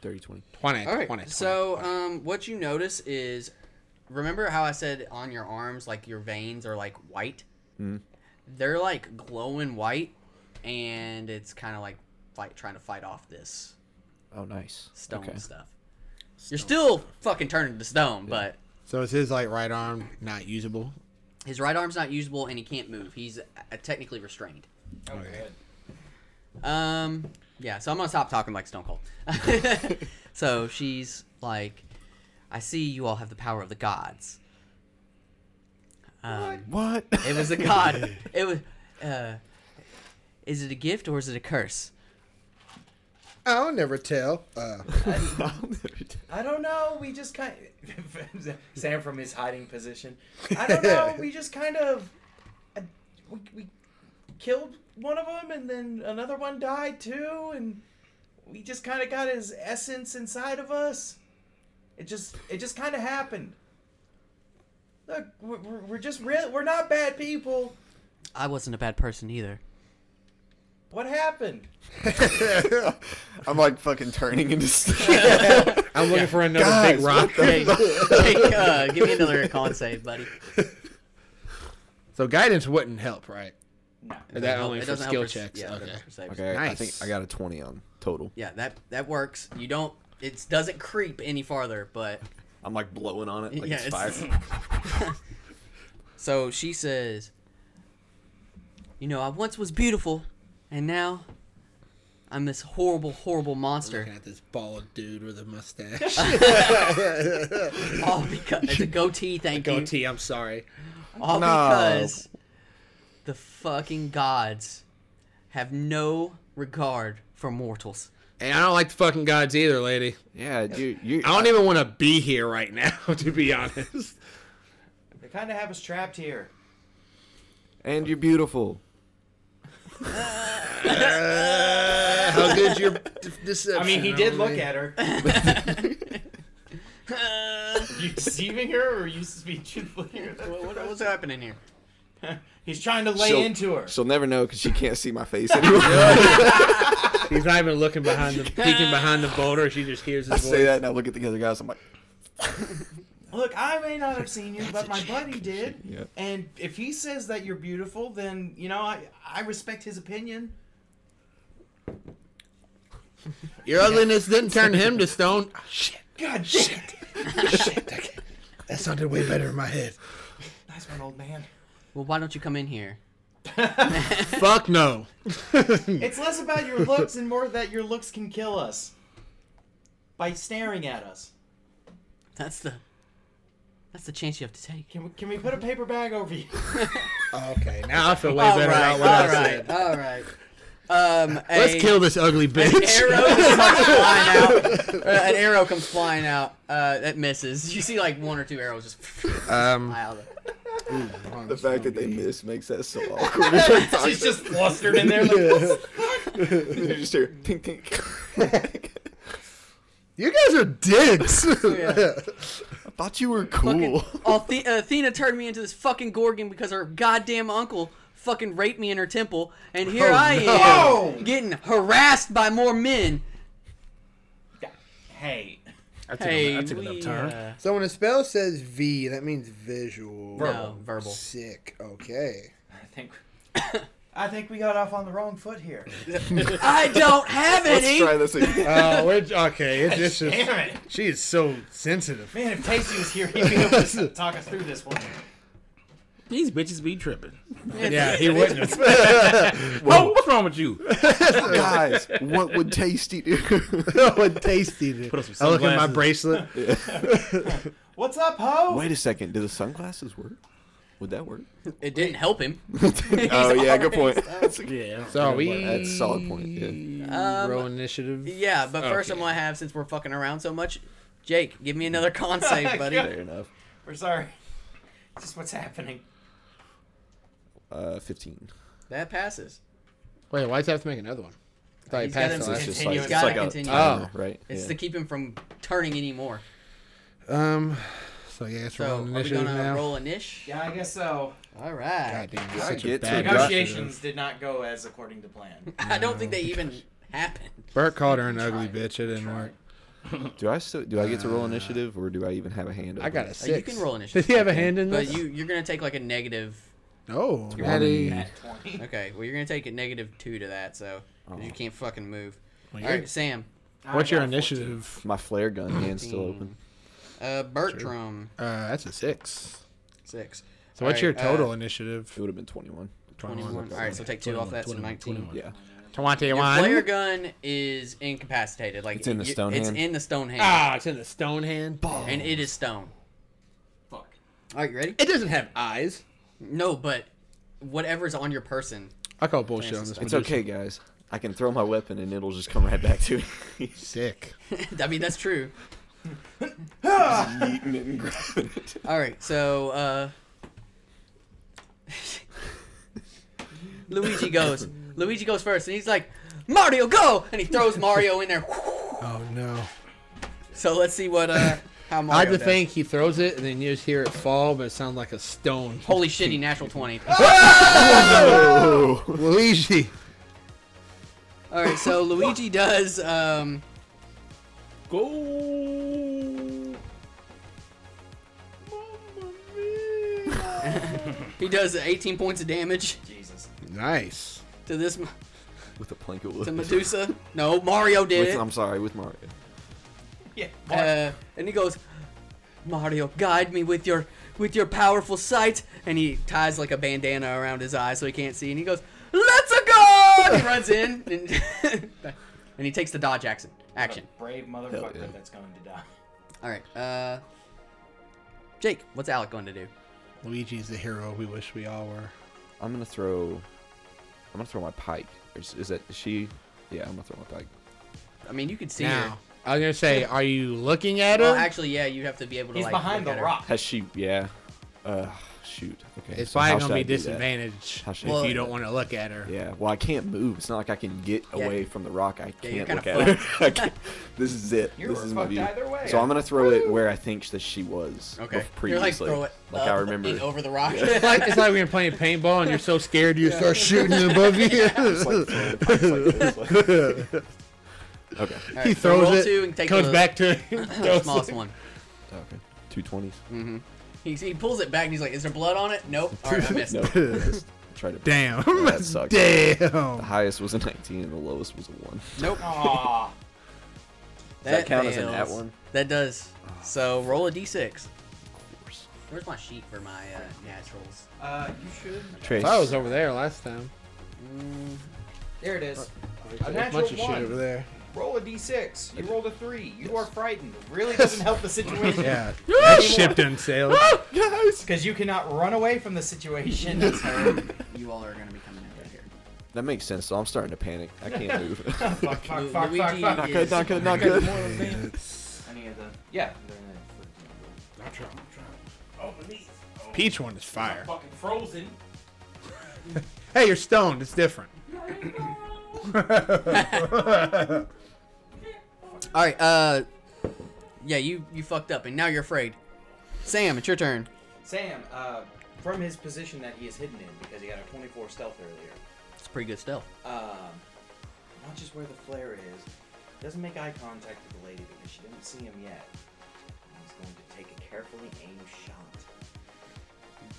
S4: 30, 20.
S3: 20,
S2: All right.
S3: 20, 20.
S2: so, um, what you notice is, remember how I said on your arms, like your veins are like white. They're like glowing white, and it's kind of like fight trying to fight off this
S4: Oh, nice.
S2: stone
S4: Okay.
S2: stuff. You're still fucking turning to stone, but
S3: So it's his like right arm not usable.
S2: his right arm's not usable and he can't move. He's uh, technically restrained.
S8: Oh, good.
S2: Um, yeah, so I'm gonna stop talking like Stone Cold. so she's like, I see you all have the power of the gods. Um,
S4: What?
S2: it was a god. It was. Uh, is it a gift or is it a curse?
S3: I'll never tell. Uh,
S8: I don't know. We just kind of Sam from his hiding position. I don't know. We just kind of uh, we, we killed one of them, and then another one died too, and we just kind of got his essence inside of us. It just it just kind of happened. Look, we're, we're- we're just real. We're not bad people.
S2: I wasn't a bad person either.
S8: What happened?
S9: I'm like fucking turning into stone.
S6: I'm looking for another big rock.
S2: Hey, hey, uh, give me another con save, buddy.
S6: So guidance wouldn't help, right?
S8: No.
S6: Or that
S2: Help-
S6: only
S2: it
S6: for
S2: doesn't help for
S6: skill
S2: s-
S6: checks.
S2: Yeah, it
S6: okay.
S2: doesn't for saves.
S4: Okay, I think
S6: Nice.
S4: I got a twenty on total.
S2: Yeah, that that works. You don't. It doesn't creep any farther, but
S4: I'm like blowing on it like
S2: yeah.
S4: it's fire.
S2: it's- so she says, "You know, I once was beautiful, and now I'm this horrible, horrible monster.
S3: looking at this bald dude with a mustache.
S2: All because it's a goatee. Thank you.
S3: Goatee, I'm sorry.
S2: All
S4: No.
S2: because the fucking gods have no regard for mortals.
S6: And I don't like the fucking gods either, lady.
S4: Yeah, dude, you.
S6: I don't e- even want to be here right now, to be honest.
S8: They kind of have us trapped here.
S4: and you're beautiful.
S6: How good your deception?
S8: I mean, he did look at her. are you deceiving her, or are you speaking looking at her?
S2: What, what, what's happening here?
S8: He's trying to lay
S4: She'll-
S8: into her.
S4: She'll never know because she can't see my face anymore.
S6: He's not even looking behind the peeking behind the boulder. She just hears his
S4: I
S6: voice.
S4: say that and I look at the other guys. I'm like,
S8: Look, I may not have seen you, but my buddy did.
S4: Yeah.
S8: And if he says that you're beautiful, then you know I I respect his opinion.
S6: Your ugliness didn't turn him to stone.
S3: Shit,
S8: God shit!
S3: shit. That, that sounded way better in my head.
S8: Nice one, old man.
S2: Well, why don't you come in here?
S6: Fuck no.
S8: It's less about your looks and more that your looks can kill us by staring at us.
S2: That's the that's the chance you have to take.
S8: Can we can we put a paper bag over you?
S3: Okay, now
S6: Now I feel way
S2: All
S6: better
S2: right,
S6: about what I
S2: all
S6: said.
S2: right, all right. Um,
S6: Let's
S2: a
S6: kill this ugly bitch.
S2: Arrow comes flying out. Uh, an arrow comes flying out. Uh, that misses. You see like one or two arrows just
S6: Um,
S2: fly out.
S4: the fact that they miss makes that so awkward.
S8: She's just flustered in there. Like,
S4: you just hear tink tink.
S6: you guys are dicks.
S4: I thought you were cool.
S2: Althe- Athena turned me into this fucking gorgon because her goddamn uncle fucking raped me in her temple, and here I am getting harassed by more men.
S8: hey,
S6: That's
S2: Hey,
S6: that's
S2: we, uh,
S3: So when a spell says V, that means visual.
S2: no, verbal.
S3: Sick. Okay.
S8: I think I think we got off on the wrong foot here.
S2: I don't have
S4: Let's
S2: any.
S4: try this again.
S6: Oh, we're, okay. It's, it's just
S8: Damn it.
S6: she is so sensitive.
S8: Man, if Tasty was here, he'd be able to talk us through this one.
S7: These bitches be tripping.
S6: Yeah, he wouldn't have.
S7: Whoa, Oh, what's wrong with you?
S4: guys, what would Tasty do?
S6: Oh, it tasted it.
S7: Put up some
S6: I look at my
S7: sunglasses.
S6: bracelet.
S8: What's up, ho?
S4: Wait a second, do the sunglasses work? Would that work?
S2: It didn't help him.
S4: oh yeah, good point. That's a
S7: Yeah.
S6: So are we
S4: That's a solid point. Yeah.
S2: Um,
S6: roll initiative.
S2: Yeah, but first I'm
S6: Okay.
S2: gonna have since we're fucking around so much. Jake, give me another con
S6: Oh
S2: save, buddy.
S4: Fair enough.
S8: We're sorry. It's just what's happening.
S4: Uh, fifteen.
S2: that passes.
S6: Wait, why does he have to make another one? I thought he
S2: He's got
S6: passed the
S2: him
S4: It's
S6: last
S4: just like,
S2: Continue.
S4: it's
S2: Gotta
S4: like a
S2: continue.
S4: timer,
S6: Oh.
S4: right?
S2: It's
S4: Yeah.
S2: to keep him from turning anymore.
S6: one. Um, so yeah, it's
S2: So are
S6: rolling
S2: we
S6: initiative
S2: gonna
S6: now.
S2: roll a nish?
S8: Yeah, I guess so.
S2: All right.
S6: God damn,
S4: I
S6: you're such a
S4: get to
S6: bad
S4: it.
S6: guy.
S8: Negotiations did not go as according to plan.
S2: I don't think they even happened.
S6: Bert called her an ugly bitch. It didn't work.
S4: Do I still do I get to roll initiative or do I even have a hand?
S6: Uh, I got a
S2: Uh,
S6: six.
S2: You can roll initiative,
S6: Does he have a hand in
S2: but
S6: this?
S2: you you're gonna take like a negative.
S6: no,
S4: Maddie.
S6: Maddie.
S2: Okay, well you're gonna take a negative two to that, so 'cause you can't fucking move. All
S6: Oh. Well,
S2: right,
S6: you're-
S2: Sam.
S6: What's your initiative?
S4: My flare gun hand's still open.
S2: Uh, Bertram
S6: Uh, that's a six.
S2: six.
S6: So
S2: All
S6: what's your
S2: right, uh,
S6: total
S4: It
S6: initiative?
S4: would have been twenty-one.
S2: Twenty-one. All right, so take two off that, so nineteen.
S4: Yeah.
S2: Your
S6: 21.
S2: flare gun is incapacitated. Like
S4: It's in the
S2: you-
S4: stone
S2: It's
S4: hand.
S2: in the stone hand,
S6: Ah, it's in the stone hand.
S2: and it is stone.
S8: Fuck.
S2: All right, you ready?
S6: It doesn't have eyes.
S2: No, but whatever's on your person.
S6: I call bullshit on this
S4: It's
S6: one.
S4: okay, guys. I can throw my weapon and it'll just come right back to me.
S3: Sick.
S2: I mean, that's true.
S9: Yeeting it and grabbing it.
S2: All right, so uh, Luigi goes. Luigi goes first, and he's like, "Mario, go!" And he throws Mario in there.
S3: Oh no.
S2: So let's see what uh how
S6: I
S2: Mario
S6: just
S2: does.
S6: think he throws it and then you just hear it fall, but it sounds like a stone.
S2: Holy shit! He natural twenty.
S3: Luigi.
S2: All right, so Luigi does. Um,
S7: Go.
S2: he does 18 points of damage
S3: Nice.
S2: to this m-
S4: with a plank of wood.
S2: to Medusa. No, Mario did
S4: With,
S2: it.
S4: I'm sorry, with Mario.
S2: Uh, and he goes, Mario, guide me with your with your powerful sight. And he ties like a bandana around his eye so he can't see. And he goes, Let's go! And he runs in and, and he takes the dodge action. Action.
S8: Brave motherfucker
S4: yeah.
S8: that's going to die.
S2: All right. Uh, Jake, what's Alec going to do?
S6: Luigi's the hero we wish we all were.
S4: I'm gonna throw. I'm gonna throw my pike. Is, is that is she? Yeah, I'm gonna throw my pike.
S2: I mean, you could see her.
S6: Now, I was gonna say, are you looking at
S2: Well,
S6: her?
S2: actually, yeah, you have to be able to
S8: He's
S2: like.
S8: behind
S2: look at
S8: the
S2: her.
S8: rock.
S4: Has she? Yeah. Uh, shoot. Okay.
S6: it's
S4: so how
S6: probably
S4: should
S6: gonna
S4: I
S6: be
S4: do that?
S6: disadvantaged
S4: How should I
S6: if
S4: do
S6: you
S4: that?
S6: don't want to look at her.
S4: Yeah. Well, I can't move. It's not like I can get
S2: Yeah.
S4: away from the rock. I
S2: you're
S4: can't look
S2: kinda
S4: at her. I can't- this is it.
S8: You
S4: this
S8: were
S4: is my
S8: fucked
S4: view.
S8: either way.
S4: So I'm gonna throw it where I think that she was.
S2: Okay.
S4: bef-
S2: You're like
S4: Previously.
S2: throw it
S4: Like,
S2: up
S4: I remember.
S2: and over the rock.
S6: It's like it's like when you're playing paintball and you're so scared you start shooting above you.
S4: It's like throwing pikes like this, like- okay.
S2: All
S6: he
S2: right, so
S6: throws
S2: roll
S6: it,
S2: two Uh, and take
S6: comes
S2: the-
S6: back to
S2: the
S6: throws
S2: smallest
S6: it.
S2: one.
S4: Okay. Two twenties.
S2: He, he pulls it back and he's like, "Is there blood on it? Nope. All right, I missed."
S4: No. just Try to.
S6: Damn,
S4: That sucks. The
S6: damn.
S4: highest was a 19 and the lowest was a one.
S2: Nope.
S4: Does
S8: Aw.
S4: that count as an at one?
S2: That does. So roll a d6. Where's my sheet for my uh, naturals?
S8: Uh, you should.
S4: Trace.
S6: I was over there last time.
S8: There it is. A
S6: There's a
S8: natural
S6: bunch of shit over
S8: one.
S6: there.
S8: Roll a d6. You rolled a three. You are frightened. Really doesn't help the situation.
S6: Yeah, that ship done sailed.
S8: Because you cannot run away from the situation.
S2: That's how you all are gonna be coming out of here.
S4: That makes sense. So I'm starting to panic. I can't move.
S8: fuck, fuck,
S2: Lu-
S8: fuck, fuck,
S2: Luigi
S8: fuck.
S2: is-
S4: good, not good.
S8: Any of the. Yeah.
S7: Oh,
S6: Peach one is fire.
S7: Fucking frozen.
S6: Hey, you're stoned. It's different.
S2: All right. Uh, yeah, you you fucked up and now you're afraid. Sam, it's your turn.
S8: Sam, uh, from his position that he is hidden in, because he got a 24 stealth earlier,
S2: It's pretty good stealth.
S8: um, watches where the flare is, doesn't make eye contact with the lady because she didn't see him yet. And He's going to take a carefully aimed shot.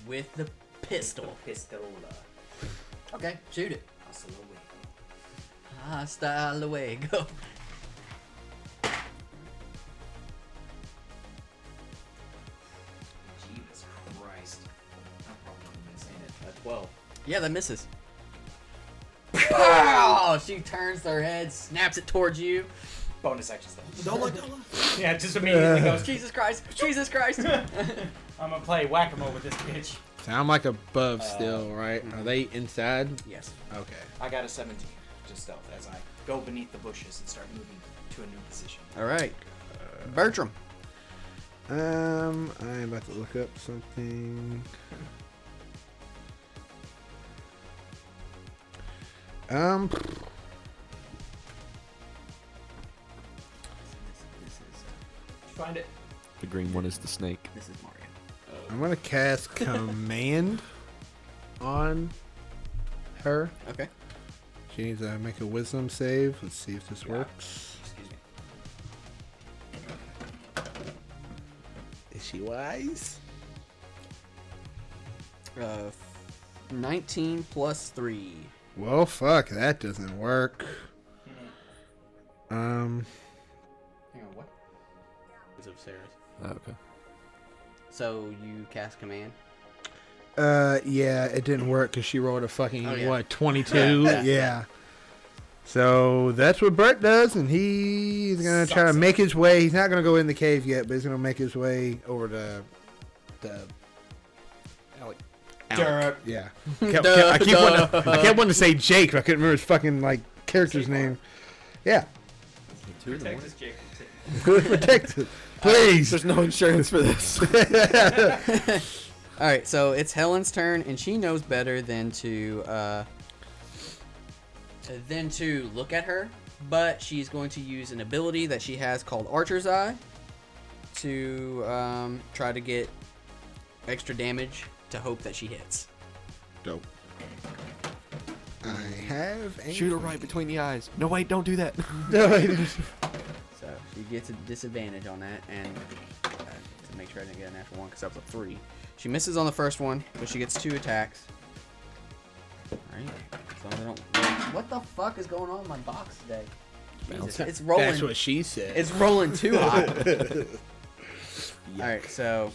S2: With the pistol.
S8: Pistola.
S2: Okay, shoot it.
S8: Hasta luego.
S2: Hasta luego.
S8: Jesus Christ. I'm probably not even saying it. Uh, A 12.
S2: Yeah, that misses. Pow! She turns her head, snaps it towards you.
S8: Bonus action stuff. Don't look, don't look. Yeah, just immediately goes,
S2: Jesus Christ! Jesus Christ!
S8: I'm gonna play whack a mole with this bitch.
S6: Sound like above
S2: Uh,
S6: still, right?
S2: mm-hmm.
S6: Are they inside?
S2: yes.
S6: Okay.
S8: I got a 17, just stealth, as I go beneath the bushes and start moving to a new position.
S2: All right.
S6: Uh,
S2: Bertram.
S3: Um, I'm about to look up something. Um,
S2: This is
S8: Did you find it?
S4: The green one is the snake.
S2: this is Mario.
S3: I'm gonna cast command on her.
S2: Okay.
S3: She needs to make a wisdom save. Let's see if this works.
S8: Excuse me.
S3: Is she wise?
S2: Uh, 19 plus three.
S3: Well, fuck, that doesn't work.
S2: Hmm.
S3: Um,
S8: Hang on, what?
S2: Is of Sarah's.
S4: Oh, okay.
S2: So you cast command.
S3: uh, yeah, it didn't work because she rolled a fucking
S2: Oh, yeah.
S3: what, twenty-two? yeah. So that's what Bert does, and he's gonna try to
S8: Sucks.
S3: make his way. He's not gonna go in the cave yet, but he's gonna make his way over to the.
S8: Derp.
S3: Yeah, Kept- kept- I keep
S2: Duh.
S3: wanting to, I kept wanting to say Jake, but I couldn't remember his fucking like
S6: character's name. Yeah,
S4: Two in the morning.
S7: Texas Jacob.
S6: protect it, please.
S9: There's no insurance for this.
S2: All right, so it's Helen's turn, and she knows better than to uh, than to look at her. But she's going to use an ability that she has called Archer's Eye to um, try to get extra damage to hope that she hits.
S3: Dope. I have a
S9: Shoot her right between the eyes. No, wait, don't do that.
S2: So she gets a disadvantage on that, and uh, to make sure I didn't get a natural one because that was a three. She misses on the first one, but she gets two attacks. Alright. So I don't. What the fuck is going on in my box today? Jesus, it's rolling.
S3: That's what she said.
S2: It's rolling too hot. All right, so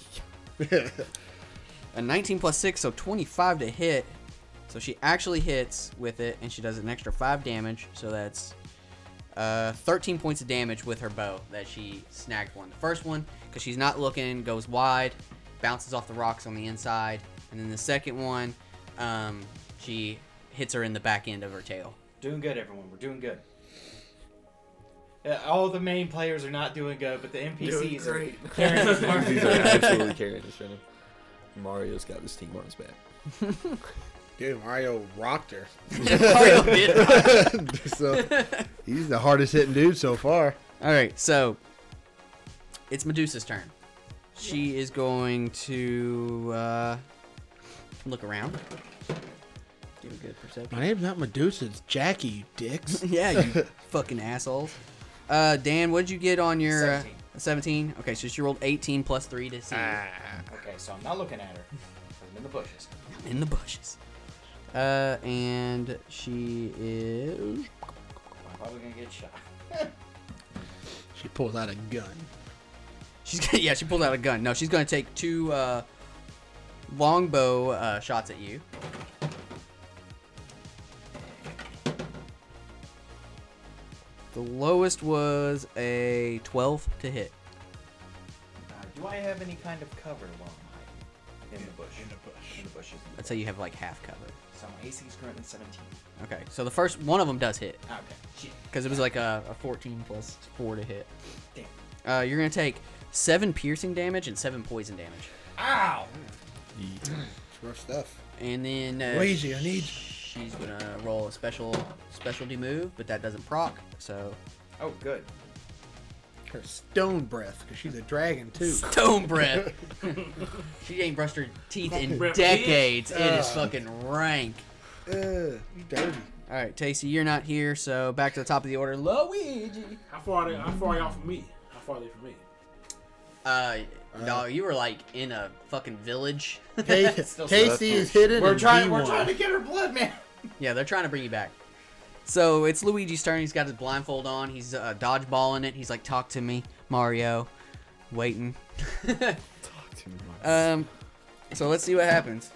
S2: a 19 plus 6, so 25 to hit. So she actually hits with it, and she does an extra 5 damage. So that's uh, 13 points of damage with her bow that she snagged one. The first one, because she's not looking, goes wide, bounces off the rocks on the inside. And then the second one, um, she hits her in the back end of her tail.
S8: Doing good, everyone. We're doing good. Uh, all the main players are not doing good, but the NPCs are carrying this
S4: He's
S8: party.
S4: like absolutely carrying this right now. Mario's got this team on his back.
S3: Dude, Mario rocked her.
S2: Mario did it.
S3: so, he's the hardest hitting dude so far.
S2: All right, so it's Medusa's turn. She is going to uh, look around. Do a good perception.
S3: My name's not Medusa. It's Jackie. You dicks.
S2: yeah, you fucking assholes. Uh, Dan, what did you get on your uh,
S8: 17.
S2: 17? Okay, so she rolled 18 plus 3 to see you
S8: Okay, so I'm not looking at her. 'cause I'm in the bushes.
S2: in the bushes. Uh, and she is.
S8: I'm probably gonna get shot.
S3: She pulls out a gun.
S2: She's gonna, yeah, she pulled out a gun. No, she's gonna take two uh, longbow uh, shots at you. The lowest was a 12 to hit.
S8: Uh, do I have any kind of cover while I'm hiding in the bush? In the bush. In the bushes.
S2: Let's say you have like half cover.
S8: So my AC is currently 17.
S2: Okay, so the first one of them does hit
S8: Okay. Shit.
S2: because it was like a, a 14 plus 4 to hit.
S8: Damn.
S2: Uh, you're gonna take seven piercing damage and seven poison damage.
S8: Ow!
S3: It's rough stuff.
S2: And then uh,
S3: Luigi, I need-
S2: She's gonna roll a special specialty move, but that doesn't proc. So
S8: Oh, good.
S3: Her stone breath, because she's a dragon too.
S2: stone breath. she ain't brushed her teeth in
S7: breath, bitch.
S2: decades. It is
S3: Uh.
S2: fucking rank.
S3: Ugh, you dirty.
S2: All right, Tasty, you're not here, so back to the top of the order, Luigi.
S7: How far are they, how far are y'all from me? How far are they from me?
S2: Uh, no, you were like in a fucking village.
S3: Ta- Tasty is hidden.
S8: We're
S3: in
S8: trying.
S3: D1.
S8: We're trying to get her blood, man.
S2: yeah, they're trying to bring you back. So it's Luigi's turn. He's got his blindfold on. He's uh, dodgeballing it. He's like, "Talk to me, Mario." Waiting. Um, so let's see what happens.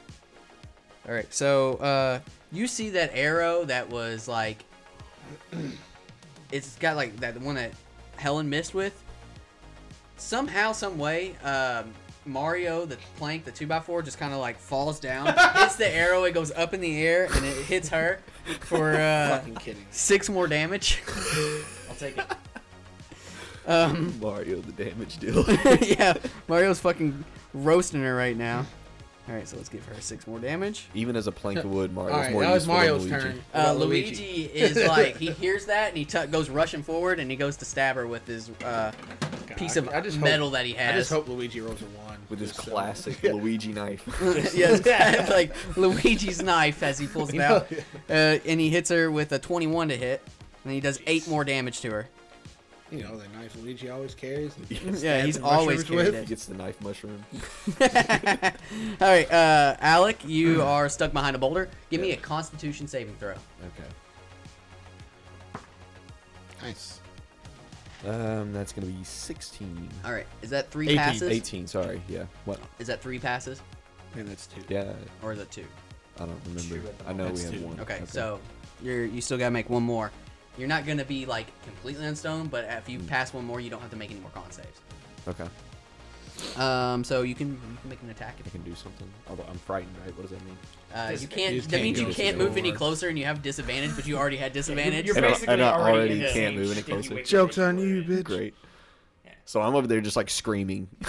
S2: All right, so uh, you see that arrow that was like, it's got like that one that Helen missed with. Somehow, some way, um, Mario, the plank, the two by four, just kind of like falls down, hits the arrow. It goes up in the air and it hits her for uh,
S3: Fucking kidding.
S2: six more damage.
S8: I'll take it.
S2: Um,
S4: Mario, the damage deal.
S2: yeah, Mario's fucking roasting her right now. All right, so let's give her six more damage.
S4: Even as a plank of wood, Mario's
S3: All right,
S4: more
S3: that was
S4: useful
S3: Mario's
S4: than Luigi.
S3: turn. What
S2: Uh,
S3: about
S2: Luigi? is like he hears that and he tu goes rushing forward and he goes to stab her with his uh,
S3: God,
S2: piece
S3: I-
S2: of
S3: I just hope-
S2: metal that he
S3: I
S2: has.
S3: just hope Luigi rolls a one.
S4: With his
S3: Just uh, so-
S4: classic Luigi knife.
S2: yes, it's like Luigi's knife as he pulls it out, uh, and he hits her with a 21 to hit, and he does eight more damage to her.
S3: You know the knife Luigi always carries.
S2: Yeah, he's always
S3: mushrooms
S2: carried
S4: he
S2: it.
S4: gets the knife mushroom.
S2: All right, uh, Alec,
S3: Hmm.
S2: you are stuck behind a boulder. Give me a Constitution saving throw.
S4: Okay.
S3: Nice.
S4: Um, that's gonna be 16.
S2: All right, is that three
S3: 18,
S2: passes?
S4: 18, sorry. Yeah. What?
S2: Is that three passes
S3: And that's two.
S4: Yeah,
S2: or is that two?
S4: I don't remember.
S8: at the
S4: I know we
S3: That's
S4: have
S3: two.
S4: one.
S2: Okay, so you're you still gotta make one more. You're not gonna be
S3: Hmm.
S2: like completely on stone, but if you pass one more, you don't have to make any more con saves.
S4: Okay.
S2: Um, so you can, you can make an attack.
S4: I can do something. Although I'm frightened, right? What does that mean?
S2: Uh, you can't.
S3: just
S2: that
S3: can't
S2: means you
S3: go
S2: can't move any
S3: forward.
S2: closer, and you have disadvantage. But you already had disadvantage.
S8: You're
S4: And I-
S8: basically
S4: and I already
S8: in the
S4: can't
S8: same
S4: move any
S8: shit you
S4: closer.
S8: wish
S3: Jokes
S8: you
S3: on
S8: were
S3: you,
S8: in.
S3: bitch.
S4: Great. So I'm over there just like screaming, and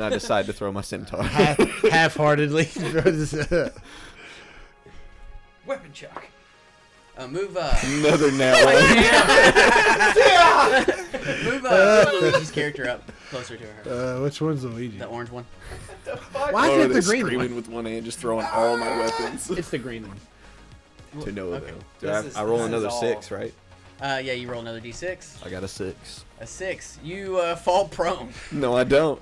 S4: I decide to throw my scimitar.
S3: Half heartedly.
S10: Weapon shock.
S2: uh, move uh,
S4: Another nat one.
S2: move uh, move Luigi's character up closer to her.
S3: uh, which one's Luigi?
S2: The orange one.
S3: Why is it
S4: Over there
S3: the green one?
S4: Oh, screaming with one hand, just throwing all my weapons
S5: It's the green one.
S4: to no avail. Do
S10: This
S4: I,
S10: is-
S4: I roll
S10: this is
S4: another
S10: all-
S4: six, right?
S2: Uh, yeah, you roll another d6.
S4: I got a six.
S2: A six. You uh, fall prone.
S4: No, I don't.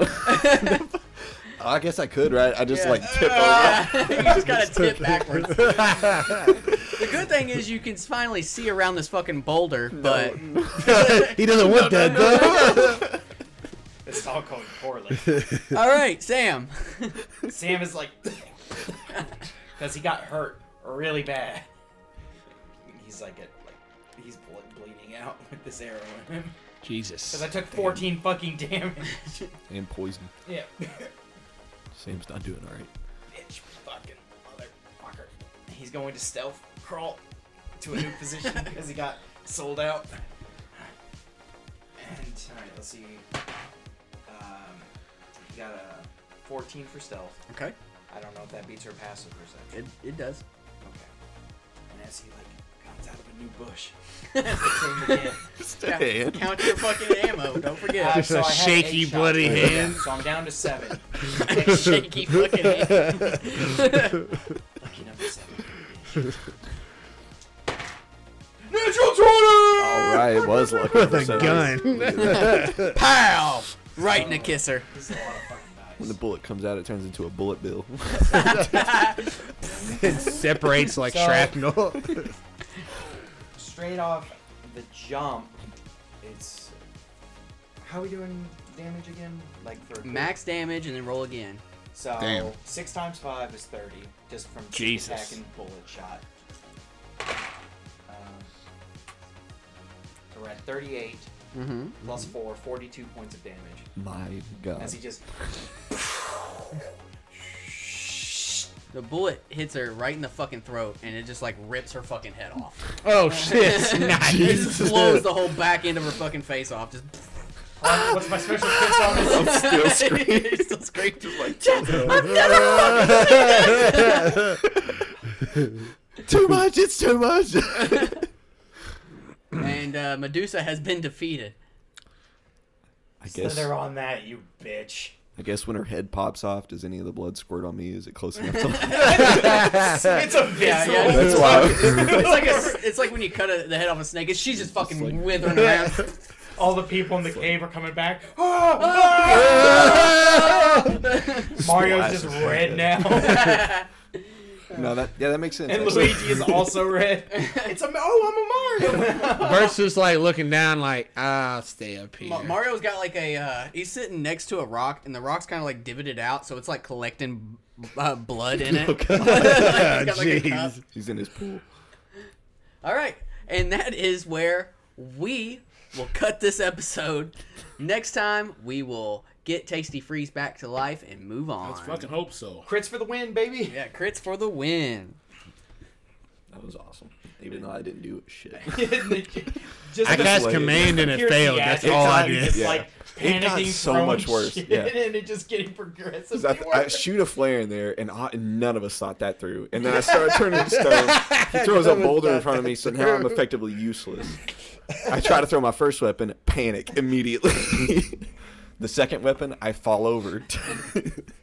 S4: I guess I could, right? I just
S2: Yeah.
S4: like tip over.
S2: Uh, you just gotta tip backwards. the good thing is you can finally see around this fucking boulder, but
S3: he doesn't want that, though.
S8: It's all going poorly.
S2: all right, Sam.
S8: Sam is like, because he got hurt really bad. He's like, a, like he's blood bleeding out with this arrow in him. Because
S5: Jesus.
S8: I took 14 fucking damage.
S4: And poison.
S8: yeah,
S4: Sam's not doing all right.
S8: bitch, fucking motherfucker. He's going to stealth crawl to a new position because he got sold out. And all right, let's see. Um, he got a 14 for stealth.
S2: Okay.
S8: I don't know if that beats her passive perception.
S2: It, it does.
S8: Okay. And as he like comes out of a new bush, it's the same again.
S2: Count, count your fucking ammo. Don't
S8: Uh,
S2: forget.
S8: so I had
S5: shaky,
S8: eight shots
S5: bloody
S8: left,
S5: hand.
S8: So I'm down to seven.
S2: Shaky fucking hand.
S8: Lucky number seven. Natural twenty.
S4: All right, it was lucky. With
S5: The gun.
S2: Pow! Right in the kisser.
S8: This is a lot of fucking
S4: When
S8: dice.
S4: the bullet comes out, it turns into a bullet bill.
S5: Separates like
S8: So-
S5: shrapnel.
S8: Straight off the jump, it's how are we doing damage again? Like for
S2: Max damage and then roll again.
S8: So
S5: Damn.
S8: six times five is thirty, just from
S5: Jesus.
S8: attack and bullet shot. Um, so we're at thirty-eight
S2: Mm-hmm.
S8: plus four, 42 points of damage.
S4: My God.
S8: As he just
S2: The bullet hits her right in the fucking throat, and it just like rips her fucking head off.
S5: oh shit!
S2: It just blows the whole back end of her fucking face off. Just
S8: what's my special fix on this?
S4: still screaming.
S2: It's still screaming.
S4: too much. It's too much.
S2: and uh, Medusa has been defeated.
S4: I guess.
S8: Slither on that, you bitch.
S4: I guess when her head pops off, does any of the blood squirt on me? Is it close enough to?
S8: It's a
S2: Yeah,
S8: vessel.
S2: yeah.
S4: That's why.
S2: It's like a, it's like when you cut a, the head off a snake, and she's just fucking
S4: like-
S2: withering around.
S8: All the people in the cave are coming back. Oh, Mario's just
S4: Splashes.
S8: red now,
S4: no, that yeah, that makes sense.
S8: and
S4: actually.
S8: Luigi is also red. It's a oh, I'm a Mario.
S5: Bert's just like looking down, like
S3: ah,
S5: I'll stay up here.
S2: Ma- Mario's got like a uh, he's sitting next to a rock, and the rock's kind of like divoted out, so it's like collecting uh, blood in it.
S4: Oh,
S2: He's got, like, a cup.
S4: He's in his pool.
S2: All right, and that is where we will cut this episode. Next time we will get Tasty Freeze back to life and move on.
S8: That's
S5: fucking hope so.
S8: Crits for the win, baby.
S2: yeah, crits for the win.
S4: That was awesome. Even though I didn't do shit.
S8: just
S5: I
S8: the-
S5: cast
S4: Wait.
S5: command and it
S8: Here's
S5: failed.
S8: the
S5: That's
S8: ad.
S5: all I
S8: It's
S5: did.
S8: Just
S4: Yeah.
S8: like panicking,
S4: It got so
S8: throwing
S4: much worse,
S8: shit,
S4: yeah.
S8: and it just getting progressively
S4: I, th- I
S8: worse.
S4: shoot a flare in there, and I, none of us thought that through. And then I started turning to stone. He throws a boulder in front of me, so now I'm effectively useless. I try to throw my first weapon, panic immediately. the second weapon, I fall over.